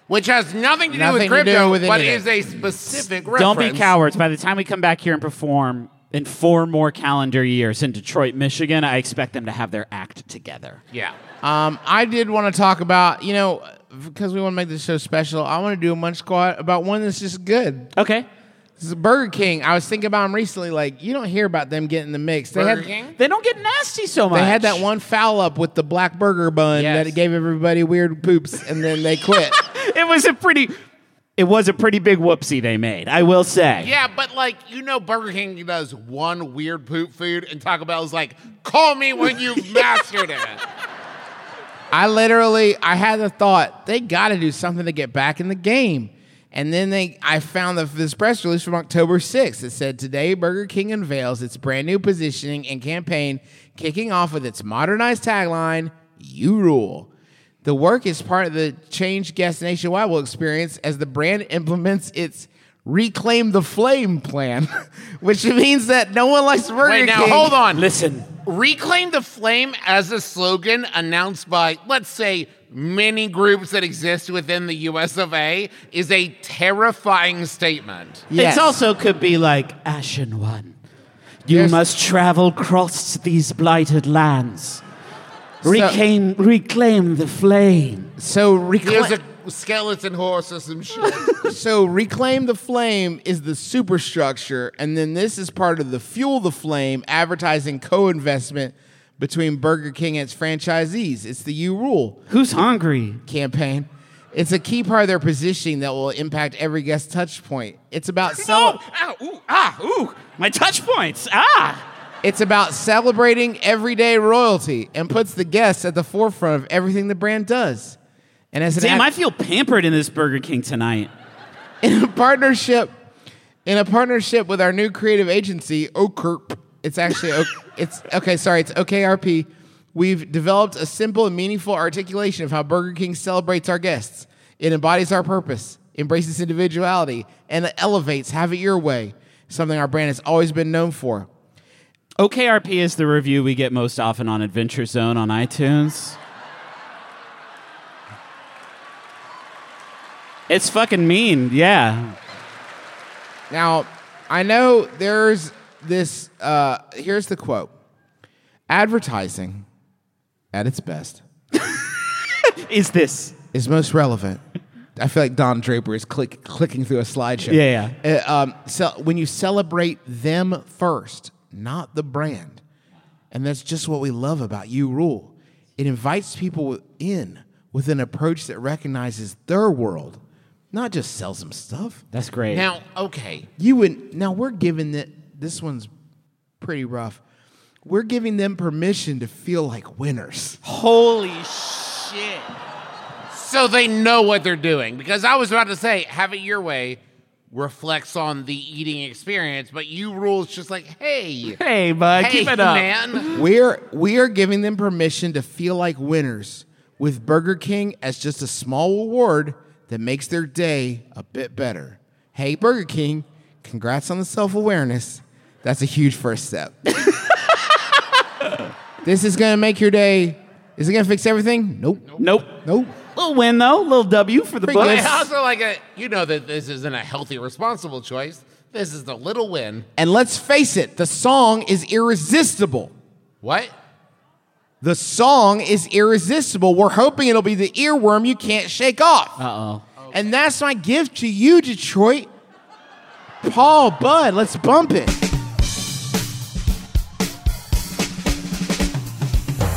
which has nothing to do Nothing with to do crypto, with but anything. is a specific Don't be reference. cowards. By the time we come back here and perform in four more calendar years in Detroit, Michigan, I expect them to have their act together. Yeah. Um, I did want to talk about, you know, because we want to make this show special, I want to do a munch squat about one that's just good. Okay. This is Burger King. I was thinking about them recently. Like, you don't hear about them getting the mix. They Burger had, King? They don't get nasty so much. They had that one foul up with the black burger bun that it gave everybody weird poops, and then they quit. it was a pretty. It was a pretty big whoopsie they made, I will say. [laughs] Yeah, but like you know, Burger King does one weird poop food, and Taco Bell is like, "Call me when you've mastered it." I literally, I had the thought they got to do something to get back in the game, and then they, I found the, this press release from October 6th. It said today Burger King unveils its brand new positioning and campaign, kicking off with its modernized tagline, "You Rule." The work is part of the Change Guest Nationwide will experience as the brand implements its Reclaim the Flame plan, [laughs] which means that no one likes Burger Wait, King. now, hold on. Listen. Reclaim the Flame as a slogan announced by, let's say, many groups that exist within the US of A is a terrifying statement. It's also could be like Ashen One. You must travel across these blighted lands. Reclaim, reclaim the flame. So reclaim. There's a skeleton horse or some shit. [laughs] so reclaim the flame is the superstructure and then this is part of the fuel the flame advertising co-investment between burger king and its franchisees it's the you rule who's hungry campaign it's a key part of their positioning that will impact every guest touch point it's about selling ooh, ah, ooh, my touch points. Ah. It's about celebrating everyday royalty and puts the guests at the forefront of everything the brand does. And as an Damn, ad- I feel pampered in this Burger King tonight. in a [coughs] partnership in a partnership with our new creative agency OKRP. It's actually O- it's okay. Sorry, it's OKRP. We've developed a simple and meaningful articulation of how Burger King celebrates our guests. It embodies our purpose, embraces individuality, and elevates "Have It Your Way," something our brand has always been known for. OKRP is the review we get most often on Adventure Zone on iTunes. It's fucking mean, yeah. Now, I know there's this. Uh, here's the quote: "Advertising, at its best, is this is most relevant." I feel like Don Draper is click, clicking through a slideshow. Yeah, yeah. Uh, um, so when you celebrate them first, not the brand, and that's just what we love about You Rule. It invites people in with an approach that recognizes their world, not just sells them stuff. That's great. Now, okay. You would now we're giving that this one's pretty rough. We're giving them permission to feel like winners. Holy shit. So they know what they're doing. Because I was about to say, have it your way reflects on the eating experience, but you rules just like, hey. Hey, bud, hey, keep it up. man. We're we are giving them permission to feel like winners with Burger King as just a small reward that makes their day a bit better. Hey Burger King, congrats on the self-awareness. That's a huge [laughs] first step. this is going to make your day is it going to fix everything? Nope. Nope. Nope. Little win though, little W for the But books. it's also like a, you know that this isn't a healthy, responsible choice. This is the little win. And let's face it, the song is irresistible. What? The song is irresistible. We're hoping it'll be the earworm you can't shake off. Uh oh. And that's my gift to you, Detroit. Paul, Bud, let's bump it.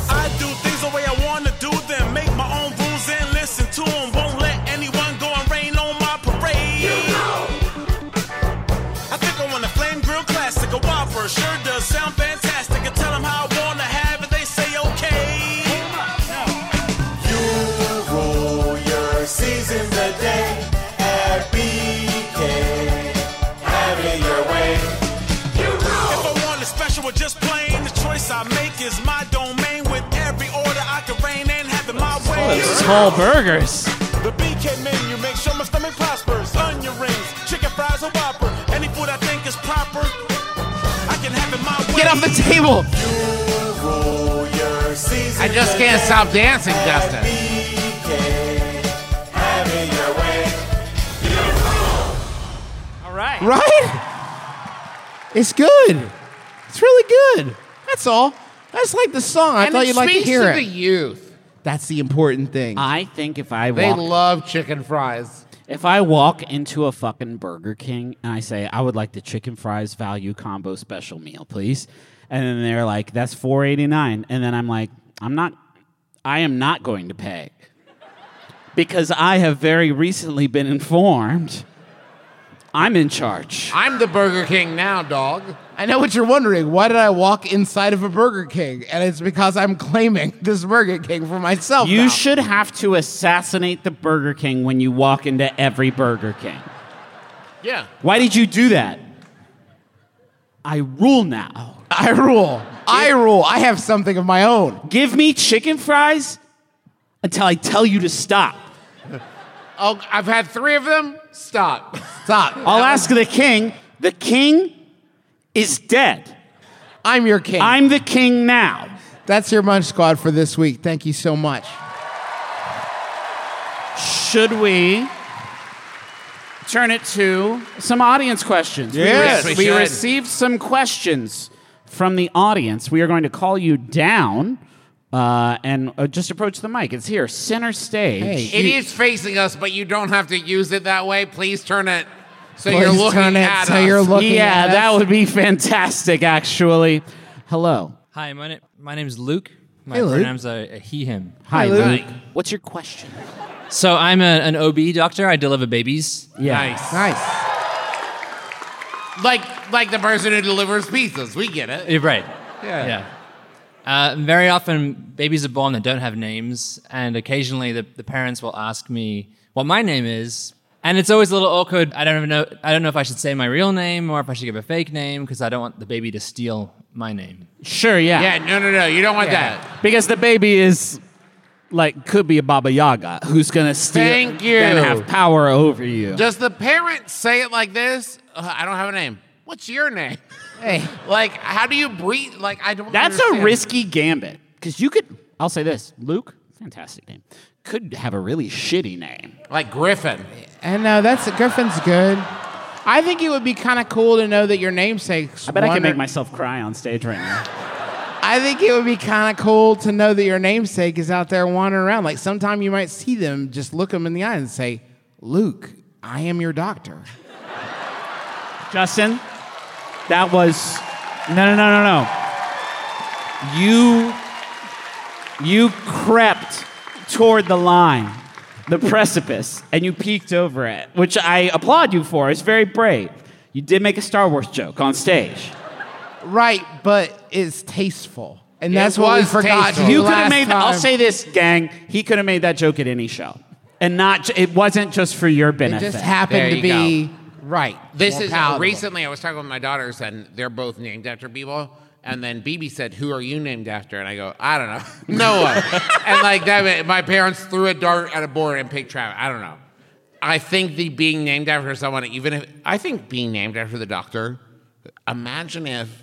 I do things the way I want to do them. Make my own rules and listen to them. Won't let anyone go and rain on my parade. Those tall burgers. The BK menu makes sure my stomach prospers. Onion rings, chicken fries, or whopper. Any food I think is proper. I can have it my way. Get off the table. I just can't stop dancing, Justin. All right. Right? It's good. It's really good. That's all. I just like the song. I And thought it you'd like to speaks hear to it. the youth. That's the important thing. I think if I They walk, love chicken fries. if I walk into a fucking Burger King and I say I would like the chicken fries value combo special meal, please, and then they're like, "That's four eighty nine, and then I'm like, "I'm not, I am not going to pay," because I have very recently been informed I'm in charge. I'm the Burger King now, dog. I know what you're wondering. Why did I walk inside of a Burger King? And it's because I'm claiming [laughs] this Burger King for myself. You now. should have to assassinate the Burger King when you walk into every Burger King. Yeah. Why did you do that? I rule now. I rule. I rule. I have something of my own. Give me chicken fries until I tell you to stop. Oh, I've had three of them. Stop. Stop. [laughs] I'll ask the king. The king is dead. [laughs] I'm your king. I'm the king now. That's your Munch Squad for this week. Thank you so much. Should we turn it to some audience questions? We Yes, re- we we should. received some questions from the audience. We are going to call you down uh, and uh, just approach the mic. It's here, center stage. It is facing us, but you don't have to use it that way. Please turn it so Please you're looking turn it at so us. you're looking Yeah, at that us. would be fantastic, actually. Hello. Hi, my, na- my name's Luke. My Hey, Luke. pronouns are uh, he, him. Hi, Luke. What's your question? So I'm a, an OB doctor. I deliver babies. Yeah. Nice. Nice. Like, like the person who delivers pizzas. We get it. You're right. Yeah. Uh, very often, babies are born that don't have names, and occasionally the, the parents will ask me what my name is, and it's always a little awkward. I don't even know. I don't know if I should say my real name or if I should give a fake name because I don't want the baby to steal my name. Sure, yeah. Yeah, No, no, no. You don't want Yeah. that. Because the baby is like could be a Baba Yaga who's gonna steal Thank you. and have power over you. Does the parent say it like this? "Uh, I don't have a name. What's your name? Hey. [laughs] Like, how do you breathe? Like, I don't. That's a understand. risky gambit because you could. I'll say this, Luke, fantastic name, could have a really shitty name like Griffin. And no, that's Griffin's good. I think it would be kind of cool to know that your namesake's. I bet I one can make or- myself cry on stage right now. I think it would be kind of cool to know that your namesake is out there wandering around. Like sometime you might see them, just look them in the eye and say, "Luke, I am your doctor." Justin, that was no, no, no, no, no. You, you crept toward the line, the precipice, and you peeked over it, which I applaud you for. It's very brave. You did make a Star Wars joke on stage. Right, but it's tasteful, and It that's what we was forgot. tasteful. You could last have made. I'll time. say this, gang. He could have made that joke at any show, and not. j- It wasn't just for your benefit. just happened There to you be go. right. This more is uh, palatable. recently. I was talking with my daughters, and they're both named after people. And then BB said, "Who are you named after?" And I go, "I don't know, [laughs] no one." and like that, my parents threw a dart at a board and picked Travis. I don't know. I think the being named after someone, even if I think being named after the doctor, imagine if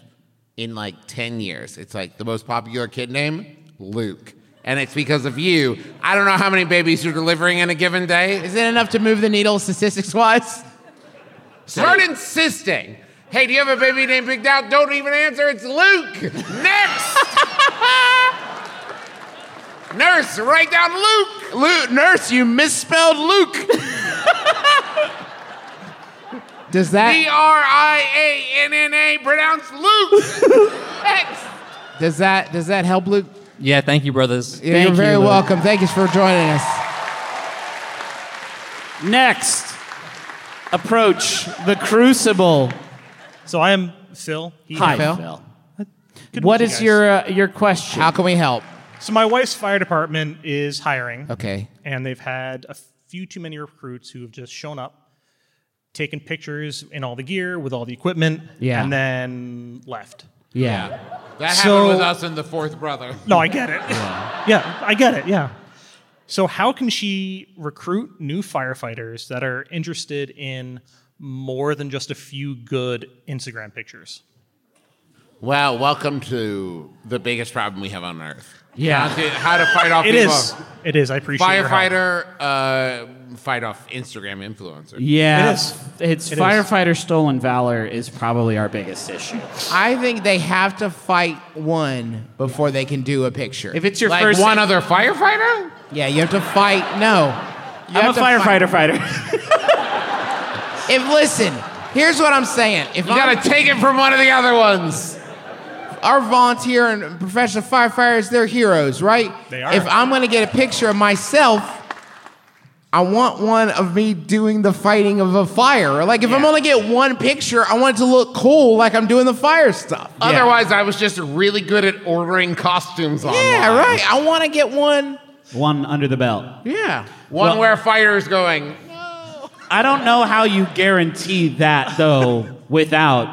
in like ten years it's like the most popular kid name, Luke. And it's because of you. I don't know how many babies you're delivering in a given day. Is it enough to move the needle statistics wise? [laughs] Start insisting. Hey, do you have a baby named Big Doubt? Don't even answer. It's Luke. Next. [laughs] Nurse, write down Luke. Luke, nurse, you misspelled Luke. Does that B R I A E N N A. Pronounce Luke. Next. does that does that help Luke? Yeah, thank you, brothers. You're very welcome. Thank you for joining us. Next, approach the crucible. So I am Phil. He- Hi, Phil. What meet you is guys. your uh, your question? How can we help? So my wife's fire department is hiring. Okay. And they've had a few too many recruits who have just shown up, taken pictures in all the gear with all the equipment, Yeah. and then left. Yeah. That So- happened with us and the fourth brother. [laughs] No, I get it. Yeah, I get it. Yeah. So, how can she recruit new firefighters that are interested in more than just a few good Instagram pictures? Well, welcome to the biggest problem we have on earth. Yeah. How to, how to fight off It people. is. It is. I appreciate your help. Firefighter, uh, fight off Instagram influencer. Yeah, It is. it's It is. firefighter stolen valor is probably our biggest issue. I think they have to fight one before they can do a picture. If it's your Like first- one other firefighter? Yeah, you have to fight. No, you I'm have a to firefighter fight- fighter. If listen, here's what I'm saying. If You gotta I'm- take it from one of the other ones. Our volunteer and professional firefighters, they're heroes, right? They are. If I'm gonna get a picture of myself, I want one of me doing the fighting of a fire. Like if I'm gonna get one picture, I want it to look cool, like I'm doing the fire stuff. Otherwise, I was just really good at ordering costumes online. Yeah, right. I want to get one. One under the belt. Yeah. One Well- where fire is going. I don't know how you guarantee that though without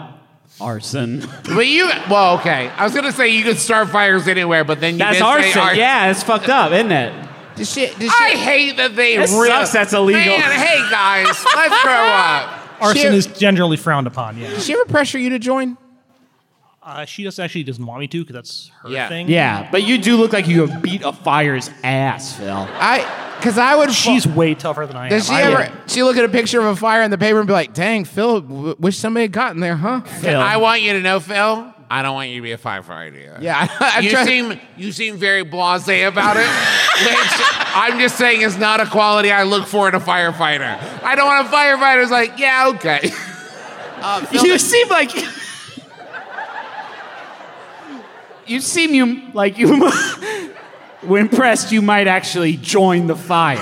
arson. But you, well, okay. I was gonna say you could start fires anywhere, but then you That's did say arson. arson. Yeah, it's fucked up, isn't it? Does shit, I hate that they. It really- sucks that's illegal. Man, hey guys, let's grow up. Arson She- is generally frowned upon. Yeah. Did she ever pressure you to join? Uh, she just actually doesn't want me to because that's her thing. Yeah, but you do look like you have beat a fire's ass, Phil. I, cause I would. She's way tougher than I Does she am. I ever? am- She look at a picture of a fire in the paper and be like, "Dang, Phil, w- wish somebody had gotten there, huh?" I want you to know, Phil. I don't want you to be a firefighter. Yeah, [laughs] I- I'm you trying- seem you seem very blasé about it, which I'm just saying is not a quality I look for in a firefighter. I don't want a firefighter who's like, yeah, okay. [laughs] you seem like you seem you like you. [laughs] when pressed, you might actually join the fire.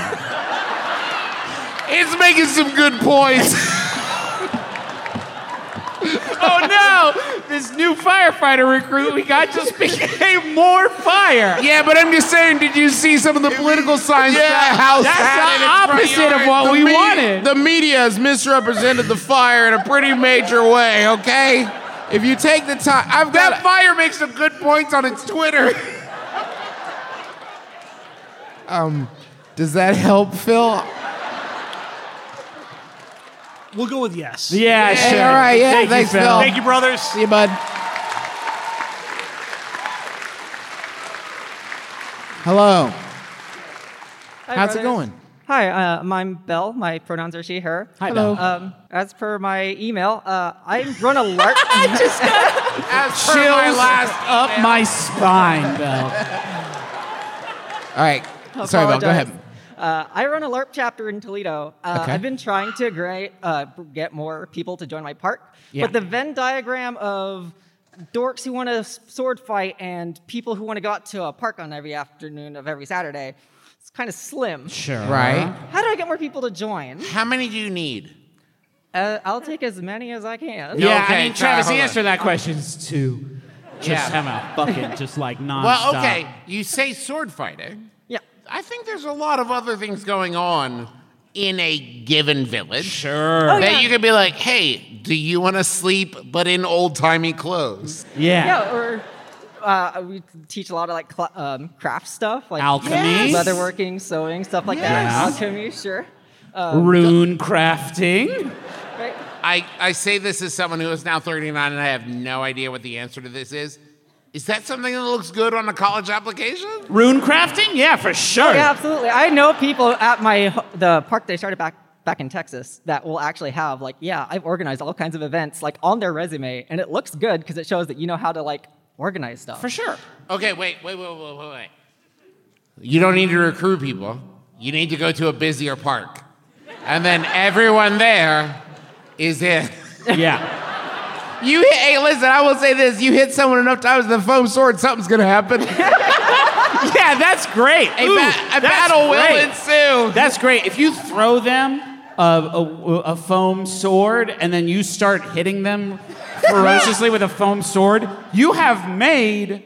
It's making some good points. oh no! This new firefighter recruit we got just became more fire. Yeah, but I'm just saying, did you see some of the political signs that house That's had the in its opposite front of yard? what The we me- wanted. The media has misrepresented the fire in a pretty major way. Okay, if you take the time, I've got That fire makes some good points on its Twitter. [laughs] um. Does that help, Phil? We'll go with yes. Yeah, Hey, sure. all right, yeah, Thank you, thanks, Phil. Phil. Thank you, brothers. See you, bud. Hello. Hi, How's it brothers. going? Hi, uh, I'm Belle. My pronouns are she, her. Hi, Hello. Belle. Um, as per my email, uh, I run a large. [laughs] I just as Chills up my spine, Bell. All right. Sorry, Bill. Go ahead. Uh, I run a LARP chapter in Toledo. Uh, Okay. I've been trying to gra- uh, get more people to join my park, Yeah. but the Venn diagram of dorks who want to sword fight and people who want to go out to a park on every afternoon of every Saturday, it's kind of slim. Sure. Right. How do I get more people to join? Uh-huh. How many do you need? Uh, I'll take as many as I can. yeah, okay, I mean, sorry, Travis, the hold on. answer to that question is two. Just Yeah. have a bucket, just like nonstop. [laughs] Well, okay, you say sword fighting. Yeah. I think there's a lot of other things going on in a given village. Sure. Oh, that yeah. you could be like, hey, do you want to sleep but in old timey clothes? Yeah, or uh, we teach a lot of like cl- um, craft stuff, like Alchemy. Yes. leatherworking, sewing, stuff like that. Yes. Alchemy, sure. Um, Rune crafting. right? I, I say this as someone who is now 39 and I have no idea what the answer to this is. Is that something that looks good on a college application? Rune crafting? Yeah, for sure. Oh, Yeah, absolutely. I know people at my ho- the park they started back back in Texas that will actually have like, yeah, I've organized all kinds of events like on their resume, and it looks good because it shows that you know how to like organize stuff. For sure. Okay, wait, wait, wait, wait, wait, wait. You don't need to recruit people. You need to go to a busier park. And then everyone there is in. Yeah. [laughs] You hit, hey, listen, I will say this. You hit someone enough times with a foam sword, something's going to happen. yeah, that's great. A, ba- a battle will ensue. That's great. If you throw them a, a, a foam sword and then you start hitting them ferociously with a foam sword, you have made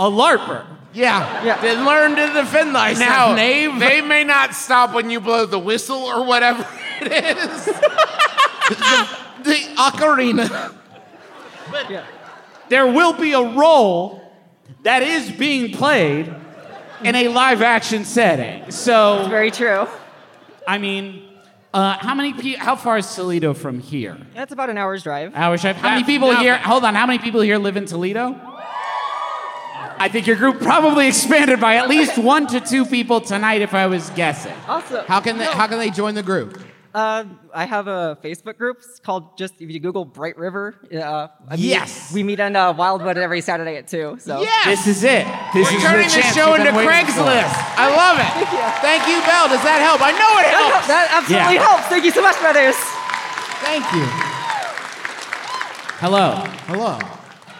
a LARPer. Yeah. yeah. Then learn to defend thyself, Now, knave. they may not stop when you blow the whistle or whatever [laughs] it is. the ocarina. There will be a role that is being played in a live action setting. So That's very true. I mean, uh, how many? Pe- how far is Toledo from here? That's about an hour's drive. Hour shift. How many That's people nothing. here? Hold on. How many people here live in Toledo? I think your group probably expanded by at least one to two people tonight, if I was guessing. Also, How can they, no. how can they join the group? Uh, I have a Facebook group It's called just if you Google Bright River. Uh, I meet- Yes. we meet in uh, Wildwood every Saturday at two. So This is it. This We're is turning the this chance show you've been into waiting for. Craigslist. I love it. Thank you. Belle. Does that help? I know it That helps. That helps. [laughs] absolutely Yeah. helps. Thank you so much, brothers. Thank you. Hello. Hello.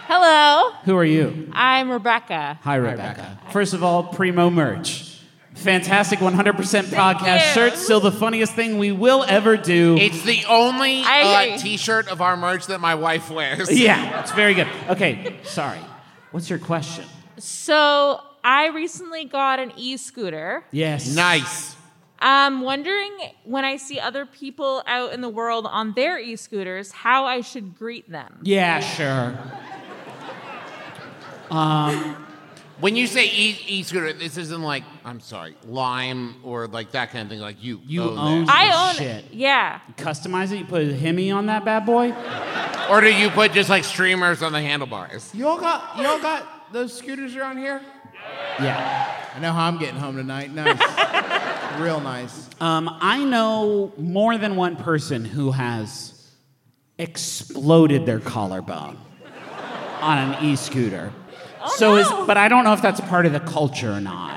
Hello, Who are you? I'm Rebecca. Hi, Rebecca. First of all, primo merch. Fantastic 100% podcast you. shirts. Still the funniest thing we will ever do. It's the only I agree. uh, T-shirt of our merch that my wife wears. yeah, it's very good. Okay, sorry. What's your question? So I recently got an e-scooter. Yes. Nice. I'm wondering when I see other people out in the world on their e-scooters, how I should greet them. Yeah, sure. Um, when you say e- e-scooter, this isn't like I'm sorry, Lime or like that kind of thing. Like you, You own, own that. I own Oh, Shit. it. Yeah. Customize it. You put a Hemi on that bad boy. or do you put just like streamers on the handlebars? You all got you all got those scooters around here? Yeah. I know how I'm getting home tonight. Nice. [laughs] Real nice. Um, I know more than one person who has exploded their collarbone on an e-scooter. so is, but I don't know if that's part of the culture or not.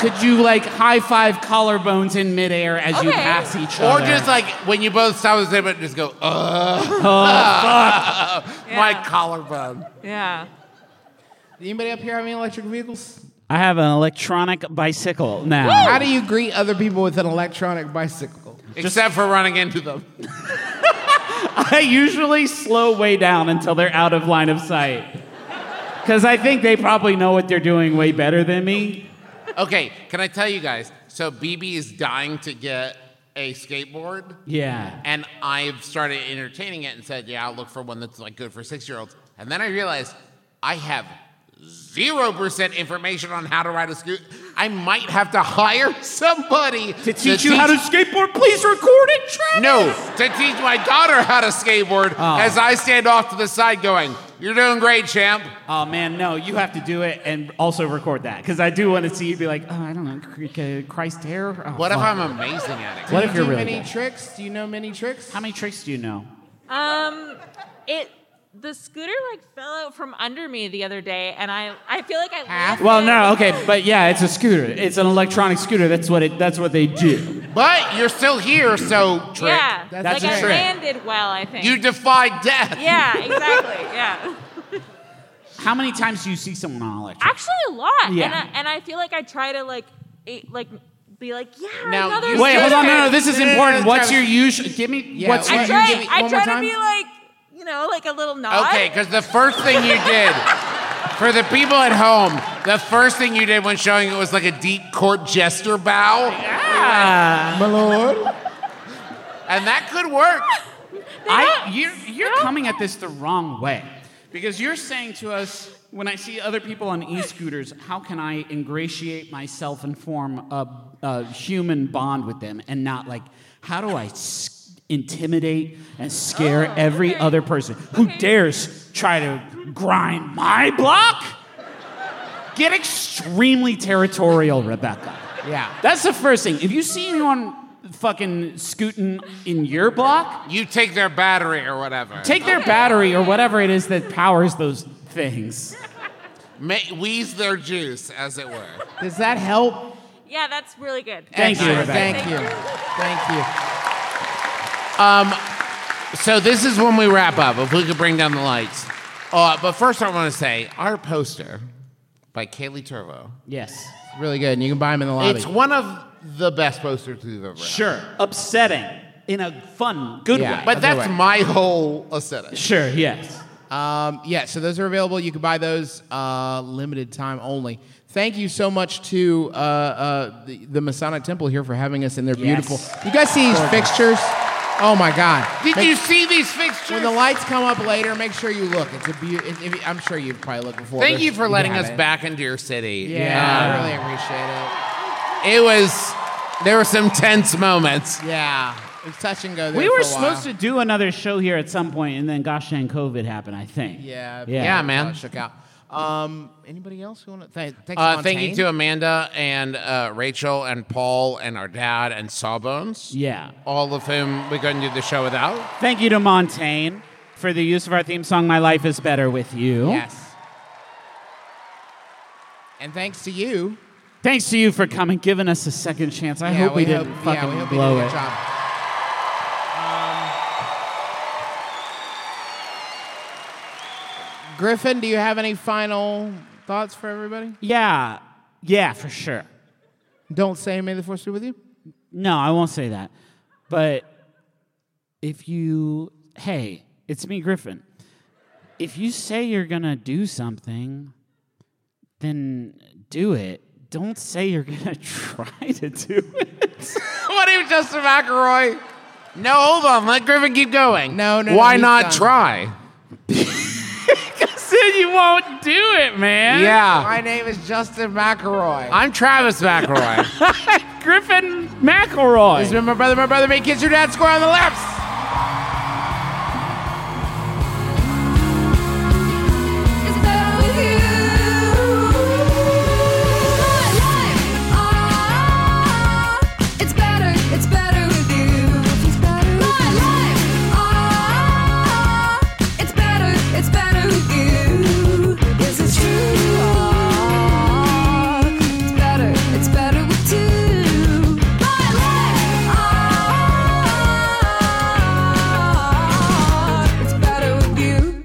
Could you like high five collarbones in midair as you Okay. pass each Or other? just like when you both stop and say, but just go, uh, Oh, my collarbone. Yeah. Anybody up here have any electric vehicles? I have an electronic bicycle now. How do you greet other people with an electronic bicycle? Except for running into them. I usually slow way down until they're out of line of sight. Because I think they probably know what they're doing way better than me. Okay, can I tell you guys? So BB is dying to get a skateboard. Yeah. And I've started entertaining it and said, yeah, I'll look for one that's like good for six year olds. And then I realized I have zero percent information on how to ride a scooter. I might have to hire somebody to teach you how to skateboard. Please record it, Travis. No, to teach my daughter how to skateboard Oh. as I stand off to the side going, you're doing great, champ. Oh, man, no, you have to do it and also record that. Because I do want to see you be like, oh, I don't know, cr- uh, Christ hair. Oh, What if fuck. I'm amazing at it? What if Do you're you do really many good? tricks? Do you know many tricks? How many tricks do you know? Um, it the scooter like fell out from under me the other day, and I I feel like I landed- Well, no, okay, but yeah, it's a scooter. It's an electronic scooter. That's what it. That's what they do. But you're still here, so trick. Yeah, That's like a I trick. landed well, I think. You defied death. yeah, exactly. Yeah. How many times do you see someone on [laughs] electric? Actually, a lot. Yeah. And, I, and I feel like I try to like, it, like, be like, yeah, Now, another. you- Wait, hold on, no, no, scooter. this is No, no, no, important. no, What's Travis. your usual- give me- Yeah, what's I your- try, give me- I one try more to time? be like, you know, like a little nod. Okay, because the first thing you did, for the people at home, the first thing you did when showing it was like a deep court jester bow. Yeah. My lord. And that could work. I, you're you're coming at this the wrong way because you're saying to us when I see other people on e-scooters, how can I ingratiate myself and form a, a human bond with them, and not like how do I s- intimidate and scare every other person who dares try to grind my block? Get extremely territorial, Rebecca. Yeah. That's the first thing. If you see anyone fucking scooting in your block, You take their battery or whatever. Take their battery or whatever it is that powers those things. Ma- wheeze their juice, as it were. Does that help? Yeah, that's really good. Thank you, Excellent. Rebecca. Thank you. Thank you. Um, so this is when we wrap up. If we could bring down the lights. Uh, but first, I want to say our poster by Kaylee Turvo. Yes. It's really good, and you can buy them in the lobby. It's one of the best posters we've ever had. Sure. Upsetting in a fun, good way. But that's my whole aesthetic. Sure, yes. Um, yeah, so those are available. You can buy those uh, limited time only. Thank you so much to uh, uh, the, the Masonic Temple here for having us in their Yes. beautiful. You guys see these Gorgeous. fixtures? Oh my God! Did Make- you see these fixtures? When the lights come up later, make sure you look. It's a beautiful. I'm sure you've probably looked before. Thank but you for letting us haven't. back into your city. Yeah, I really appreciate really. It was. There were some tense moments. it. Yeah, it's touch and go. There We for were a while. supposed to do another show here at some point, and then gosh dang COVID happened, I think. Yeah, Yeah, yeah, man. Shook out. Um, anybody else who want to thank? Thanks, Uh, thank you Montaigne. to Amanda and uh, Rachel and Paul and our dad and Sawbones. Yeah. All of whom we couldn't do the show without. Thank you to Montaigne for the use of our theme song, My Life is Better With You. Yes. And thanks to you. Thanks to you for coming, giving us a second chance. I Yeah, hope we, hope- didn't yeah, fucking we hope we blow did a it. good job. Um, Griffin, do you have any final thoughts for everybody? Yeah, yeah, for sure. Don't say May the Force be with you. No, I won't say that. But if you, hey, it's me, Griffin. If you say you're going to do something, then do it. Don't say you're going to [laughs] try to do it. what do you, Justin McElroy? No, hold on. Let Griffin keep going. No, no, Why he's not done. try? Because then you won't do it, man. Yeah. My name is Justin McElroy. I'm Travis McElroy. [laughs] Griffin McElroy. This has been my brother, my brother, me, kids, your dad, square on the left. ah, It's better, it's better with you. It's better with my life. Ah, it's better, it's better with you. Yes, it's true. Ah, it's better, it's better with two. My life. Ah, it's better with you.